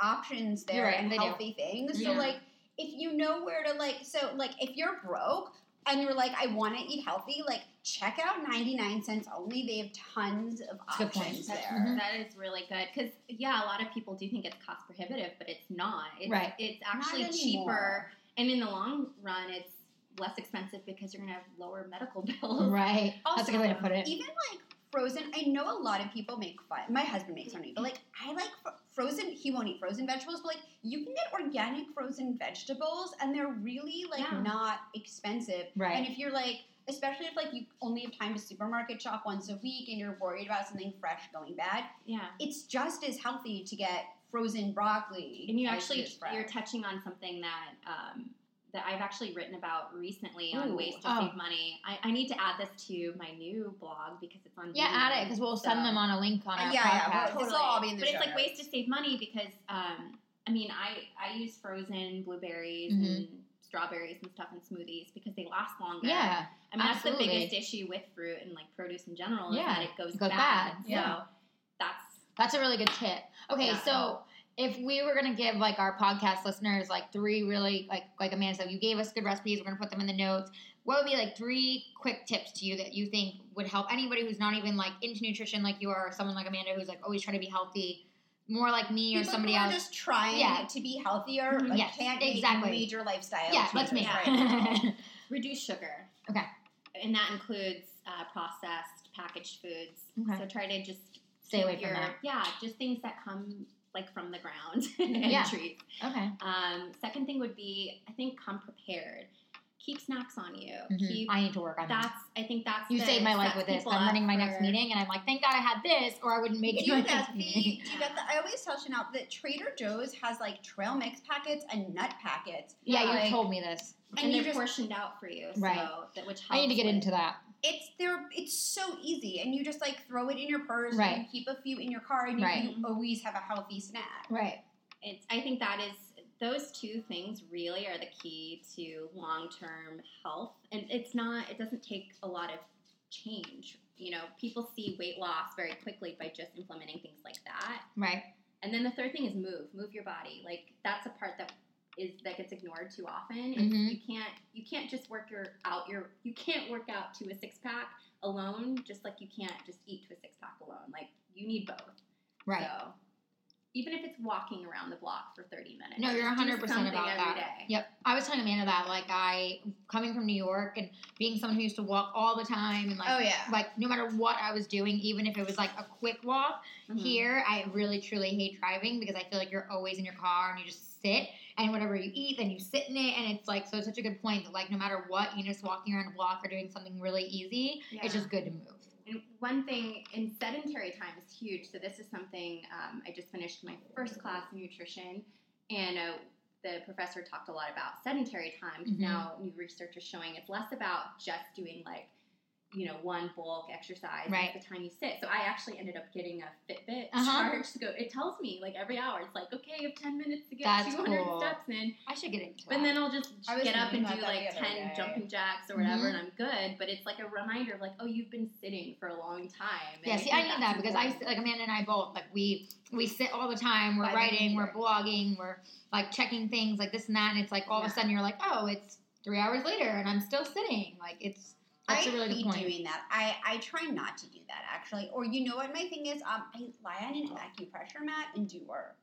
Speaker 1: options there
Speaker 2: You're right,
Speaker 1: and
Speaker 2: they do.
Speaker 1: healthy things.
Speaker 2: Yeah.
Speaker 1: So like if you know where to like so like if you're broke and you're like I want to eat healthy, like check out 99 cents only. They have tons of
Speaker 2: a good point.
Speaker 1: options
Speaker 3: That-
Speaker 1: there.
Speaker 2: Mhm.
Speaker 3: that is really good because yeah, a lot of people do think it's cost prohibitive, but it's not. It's,
Speaker 2: Right.
Speaker 3: It's
Speaker 1: Not
Speaker 3: actually cheaper,
Speaker 1: anymore.
Speaker 3: and in the long run, it's less expensive because you're gonna have lower medical bills.
Speaker 2: Right. That's a
Speaker 1: Also,
Speaker 2: good way to put it.
Speaker 1: Even like frozen, I know a lot of people make fun. My husband makes fun of me, but like I like fr- frozen. He won't eat frozen vegetables, but like you can get organic frozen vegetables, and they're really like
Speaker 3: Yeah.
Speaker 1: not expensive.
Speaker 2: Right.
Speaker 1: And if you're like, especially if like you only have time to supermarket shop once a week, and you're worried about something fresh going bad,
Speaker 3: Yeah.
Speaker 1: it's just as healthy to get frozen broccoli.
Speaker 3: And you
Speaker 1: as it
Speaker 3: actually
Speaker 1: is fresh.
Speaker 3: you're touching on something that um, that I've actually written about recently on
Speaker 1: Ooh.
Speaker 3: ways to
Speaker 2: Oh.
Speaker 3: save money. I, I need to add this to my new blog because it's on.
Speaker 2: yeah,
Speaker 3: Medium.
Speaker 2: add it because we'll send them on a link on
Speaker 1: Uh,
Speaker 2: our
Speaker 1: yeah,
Speaker 2: podcast.
Speaker 1: yeah, we'll- This'll all be in the
Speaker 3: but
Speaker 1: show
Speaker 3: it's like ways
Speaker 1: notes.
Speaker 3: to save money because um, I mean I I use frozen blueberries
Speaker 2: Mhm.
Speaker 3: and strawberries and stuff in smoothies because they last longer.
Speaker 2: yeah.
Speaker 3: I mean
Speaker 2: absolutely.
Speaker 3: that's the biggest issue with fruit and like produce in general
Speaker 2: Yeah,
Speaker 3: is that it goes,
Speaker 2: it goes
Speaker 3: bad.
Speaker 2: bad,
Speaker 3: So
Speaker 2: yeah.
Speaker 3: that's
Speaker 2: That's a really good tip. Okay,
Speaker 3: Yeah.
Speaker 2: so if we were gonna give like our podcast listeners like three really like like Amanda said, you gave us good recipes, we're gonna put them in the notes. What would be like three quick tips to you that you think would help anybody who's not even like into nutrition like you are, or someone like Amanda who's like always trying to be healthy, more like me or
Speaker 1: People
Speaker 2: somebody
Speaker 1: who are
Speaker 2: else?
Speaker 1: just trying
Speaker 2: Yeah. Mm-hmm.
Speaker 1: to be healthier,
Speaker 3: Mhm.
Speaker 1: but
Speaker 2: Yes,
Speaker 1: can't make
Speaker 2: exactly.
Speaker 1: major lifestyle.
Speaker 2: yeah, that's me.
Speaker 1: changes.
Speaker 3: Yeah. reduce sugar.
Speaker 2: Okay.
Speaker 3: And that includes uh, processed packaged foods.
Speaker 2: Okay.
Speaker 3: So try to just
Speaker 2: Stay
Speaker 3: keep
Speaker 2: away from
Speaker 3: your-
Speaker 2: that.
Speaker 3: Yeah, just things that come like from the ground and
Speaker 2: Yeah.
Speaker 3: trees.
Speaker 2: Okay.
Speaker 3: Um, second thing would be I think come prepared. Keep snacks on you.
Speaker 2: Mhm.
Speaker 3: Keep
Speaker 2: I need to work on that.
Speaker 3: that's I think that's
Speaker 2: You
Speaker 3: the-
Speaker 2: saved my life
Speaker 3: sets
Speaker 2: with this.
Speaker 3: people
Speaker 2: I'm
Speaker 3: up
Speaker 2: running my next
Speaker 3: for-
Speaker 2: meeting and I'm like, thank God I had this, or I wouldn't make it
Speaker 1: Do
Speaker 2: to my
Speaker 1: you get
Speaker 2: next
Speaker 1: the? Do
Speaker 2: meeting.
Speaker 1: you get the? I always tell Chanel that Trader Joe's has like trail mix packets and nut packets.
Speaker 2: Yeah, you
Speaker 1: like-
Speaker 2: told me this.
Speaker 3: and,
Speaker 1: and you
Speaker 3: they're
Speaker 1: just-
Speaker 3: portioned out for you. So
Speaker 2: Right.
Speaker 3: that which
Speaker 2: I need to
Speaker 3: helps
Speaker 2: get
Speaker 3: with-
Speaker 2: into that.
Speaker 1: It's there. It's so easy, and you just like throw it in your purse.
Speaker 2: Right.
Speaker 1: And you keep a few in your car, and you,
Speaker 2: Right.
Speaker 1: you always have a healthy snack.
Speaker 2: Right.
Speaker 3: It's I think that is those two things really are the key to long term health, and it's not. It doesn't take a lot of change. You know, people see weight loss very quickly by just implementing things like that.
Speaker 2: Right.
Speaker 3: And then the third thing is move, move your body. Like that's a part that is that gets ignored too often. It's-
Speaker 2: Mhm.
Speaker 3: You can't you can't just work your out your you can't work out to a six pack alone, just like you can't just eat to a six pack alone. Like you need both.
Speaker 2: Right.
Speaker 3: So even if it's walking around the block for 30 minutes.
Speaker 2: No, you're
Speaker 3: just do
Speaker 2: 100 percent
Speaker 3: something
Speaker 2: about
Speaker 3: every
Speaker 2: that.
Speaker 3: day.
Speaker 2: Yep. I was telling Amanda that, like, I coming from New York and being someone who used to walk all the time, and like,
Speaker 1: oh yeah.
Speaker 2: like no matter what I was doing, even if it was like a quick walk.
Speaker 3: Mhm.
Speaker 2: Here, I really truly hate driving because I feel like you're always in your car and you just sit and whatever you eat, then you sit in it, and it's like so. It's such a good point that like no matter what, you know, just walking around a block or doing something really easy,
Speaker 3: Yeah.
Speaker 2: it's just good to move.
Speaker 3: And one thing in sedentary time is huge. So this is something um, I just finished my first class in nutrition, and uh, the professor talked a lot about sedentary time. 'cause
Speaker 2: Mhm.
Speaker 3: Now new research is showing it's less about just doing like you know one bulk exercise at
Speaker 2: Right.
Speaker 3: the time you sit. So I actually ended up getting a Fitbit
Speaker 2: Uh-huh.
Speaker 3: charge to go. It tells me like every hour. It's like okay, you have ten minutes to get
Speaker 2: That's
Speaker 3: 200
Speaker 2: cool.
Speaker 3: steps in.
Speaker 2: I should get into.
Speaker 3: But
Speaker 2: that.
Speaker 3: then I'll just
Speaker 1: I was
Speaker 3: get up
Speaker 1: thinking
Speaker 3: and do
Speaker 1: about that
Speaker 3: like
Speaker 1: the other
Speaker 3: 10
Speaker 1: day.
Speaker 3: jumping jacks or
Speaker 2: Mm-hmm.
Speaker 3: whatever, and I'm good. But it's like a reminder of like, oh, you've been sitting for a long time. and
Speaker 2: Yeah, see, I
Speaker 3: think
Speaker 2: need
Speaker 3: that's
Speaker 2: that because I
Speaker 3: important.
Speaker 2: like Amanda and I both like we we sit all the time. We're
Speaker 1: By the
Speaker 2: writing, we're
Speaker 1: computer.
Speaker 2: blogging, we're like checking things like this and that. And it's like all of
Speaker 3: Yeah.
Speaker 2: a sudden you're like, oh, it's three hours later and I'm still sitting. Like it's that's
Speaker 1: I
Speaker 2: a really
Speaker 1: hate
Speaker 2: good point.
Speaker 1: doing that. I, I try not to do that actually. Or you know what my thing is? Um, I lie on an acupressure mat and do work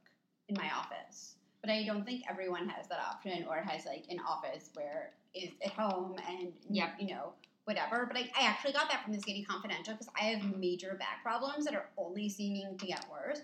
Speaker 1: in my office. But I don't think everyone has that option or has like an office where is at home and
Speaker 2: Yep.
Speaker 1: you know whatever. But I, I actually got that from the Skinny Confidential because I have major back problems that are only seeming to get worse.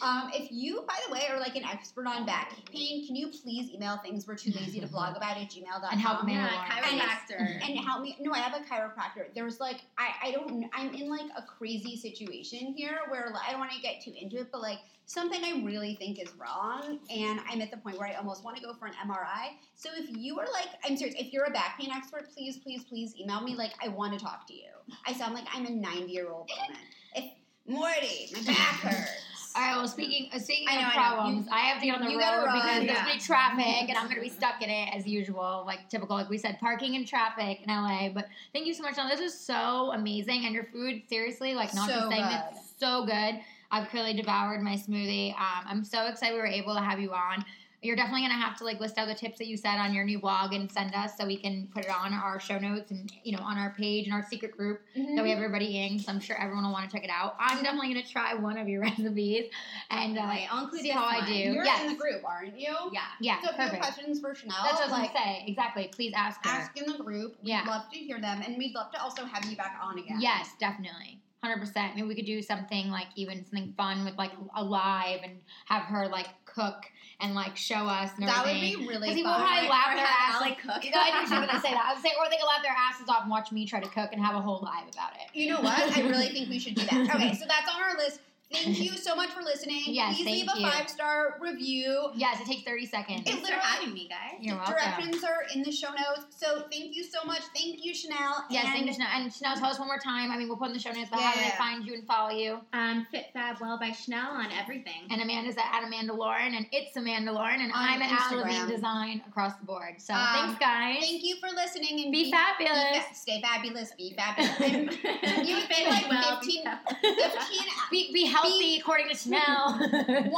Speaker 1: um, if you, by the way, are like an expert on back pain, can you please email things we're too lazy to blog about at gmail.com?
Speaker 2: And help me
Speaker 3: Yeah,
Speaker 2: Manual
Speaker 3: chiropractor.
Speaker 1: and help me. No, I have a chiropractor. There's like I I don't I'm in like a crazy situation here where like, I don't want to get too into it, but like something I really think is wrong, and I'm at the point where I almost want to go for an MRI. So if you are like I'm serious, if you're a back pain expert, please please please email me. Like I want to talk to you. I sound like I'm a 90 year old woman. If Morty, my back hurts.
Speaker 2: All right. Well, speaking uh, speaking
Speaker 1: I know,
Speaker 2: of
Speaker 1: I know.
Speaker 2: problems, I have to get on the
Speaker 1: you gotta
Speaker 2: road
Speaker 1: run,
Speaker 2: because there's
Speaker 1: yeah.
Speaker 2: gonna be traffic, and I'm gonna be stuck in it as usual, like typical. Like we said, parking and traffic in LA. But thank you so much, Dawn. This is so amazing, and your food, seriously, like not
Speaker 1: So
Speaker 2: just saying
Speaker 1: good.
Speaker 2: that's so good. I've clearly devoured my smoothie. Um, I'm so excited we were able to have you on. You're definitely gonna have to like list out the tips that you said on your new blog and send us so we can put it on our show notes and you know on our page and our secret group
Speaker 1: Mm-hmm.
Speaker 2: that we have everybody in. So I'm sure everyone will want to check it out. I'm definitely gonna try one of your recipes and uh,
Speaker 3: Anyway, I'll include
Speaker 2: see
Speaker 3: this
Speaker 2: how I
Speaker 3: one.
Speaker 2: do.
Speaker 1: You're in
Speaker 2: yes.
Speaker 1: the group, aren't you?
Speaker 3: Yeah.
Speaker 2: yeah,
Speaker 1: So if you have
Speaker 2: perfect.
Speaker 1: questions for Chanel,
Speaker 2: That's what I was
Speaker 1: like
Speaker 2: gonna say. Exactly. Please ask her.
Speaker 1: ask in the group. We'd
Speaker 2: Yeah.
Speaker 1: love to hear them, and we'd love to also have you back on again.
Speaker 2: Yes, definitely. 100%. Maybe we could do something like even something fun with like a live and have her like cook and like show us and
Speaker 1: That would
Speaker 2: everything.
Speaker 1: be really
Speaker 2: 'Cause
Speaker 1: fun.
Speaker 2: he will probably laugh
Speaker 3: Or
Speaker 2: their
Speaker 3: have
Speaker 2: ass
Speaker 3: Ally
Speaker 2: like
Speaker 3: cook.
Speaker 2: You know, I knew she was gonna say that. I would say, or they could laugh their asses off and watch me try to cook and have a whole live about it.
Speaker 1: You know what? I really think we should do that. Okay, so that's on our list. Thank you so much for listening.
Speaker 2: Yes,
Speaker 1: Please leave
Speaker 2: thank
Speaker 1: a
Speaker 2: you.
Speaker 1: five star review.
Speaker 2: Yes, it takes 30 seconds.
Speaker 1: It
Speaker 3: Thanks for
Speaker 1: literally-
Speaker 3: having me, guys.
Speaker 2: You're
Speaker 1: The
Speaker 2: welcome.
Speaker 1: Directions are in the show notes. So thank you so much. Thank you, Chanel.
Speaker 2: Yes,
Speaker 1: and
Speaker 2: thank you, Chanel. And Chanel, tell us one more time. I mean, we'll put in the show notes, but
Speaker 1: Yeah,
Speaker 2: how do
Speaker 1: yeah,
Speaker 2: they
Speaker 1: yeah.
Speaker 2: find you and follow you?
Speaker 3: Um, Fit Fab Well by Chanel on everything.
Speaker 2: And Amanda's at, at Amanda Lauren, and it's Amanda Lauren, and
Speaker 1: On
Speaker 2: I'm at Al Levine
Speaker 1: Instagram.
Speaker 2: Design across the board. So
Speaker 1: Um,
Speaker 2: thanks, guys.
Speaker 1: Thank you for listening and
Speaker 2: Be
Speaker 1: be fa-
Speaker 2: fabulous.
Speaker 1: stay fabulous. Be fabulous. I'm- you would be
Speaker 3: Fit
Speaker 1: like
Speaker 3: Well,
Speaker 1: 15,
Speaker 3: Fit
Speaker 1: 15
Speaker 2: Be, be healthy, according to Chanel.
Speaker 1: one of them,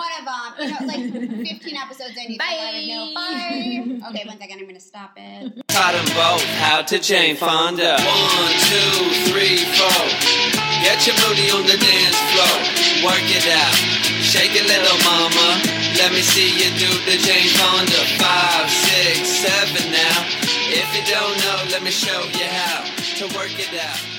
Speaker 1: you know, like 15 episodes in, you can let it know.
Speaker 2: Bye.
Speaker 1: Bye. Okay, one second. I'm going to stop it.
Speaker 4: Taught 'em both how to Jane Fonda. One, two, three, four. Get your booty on the dance floor. Work it out. Shake it, little mama. Let me see you do the Jane Fonda. Five, six, seven now. If you don't know, let me show you how to work it out.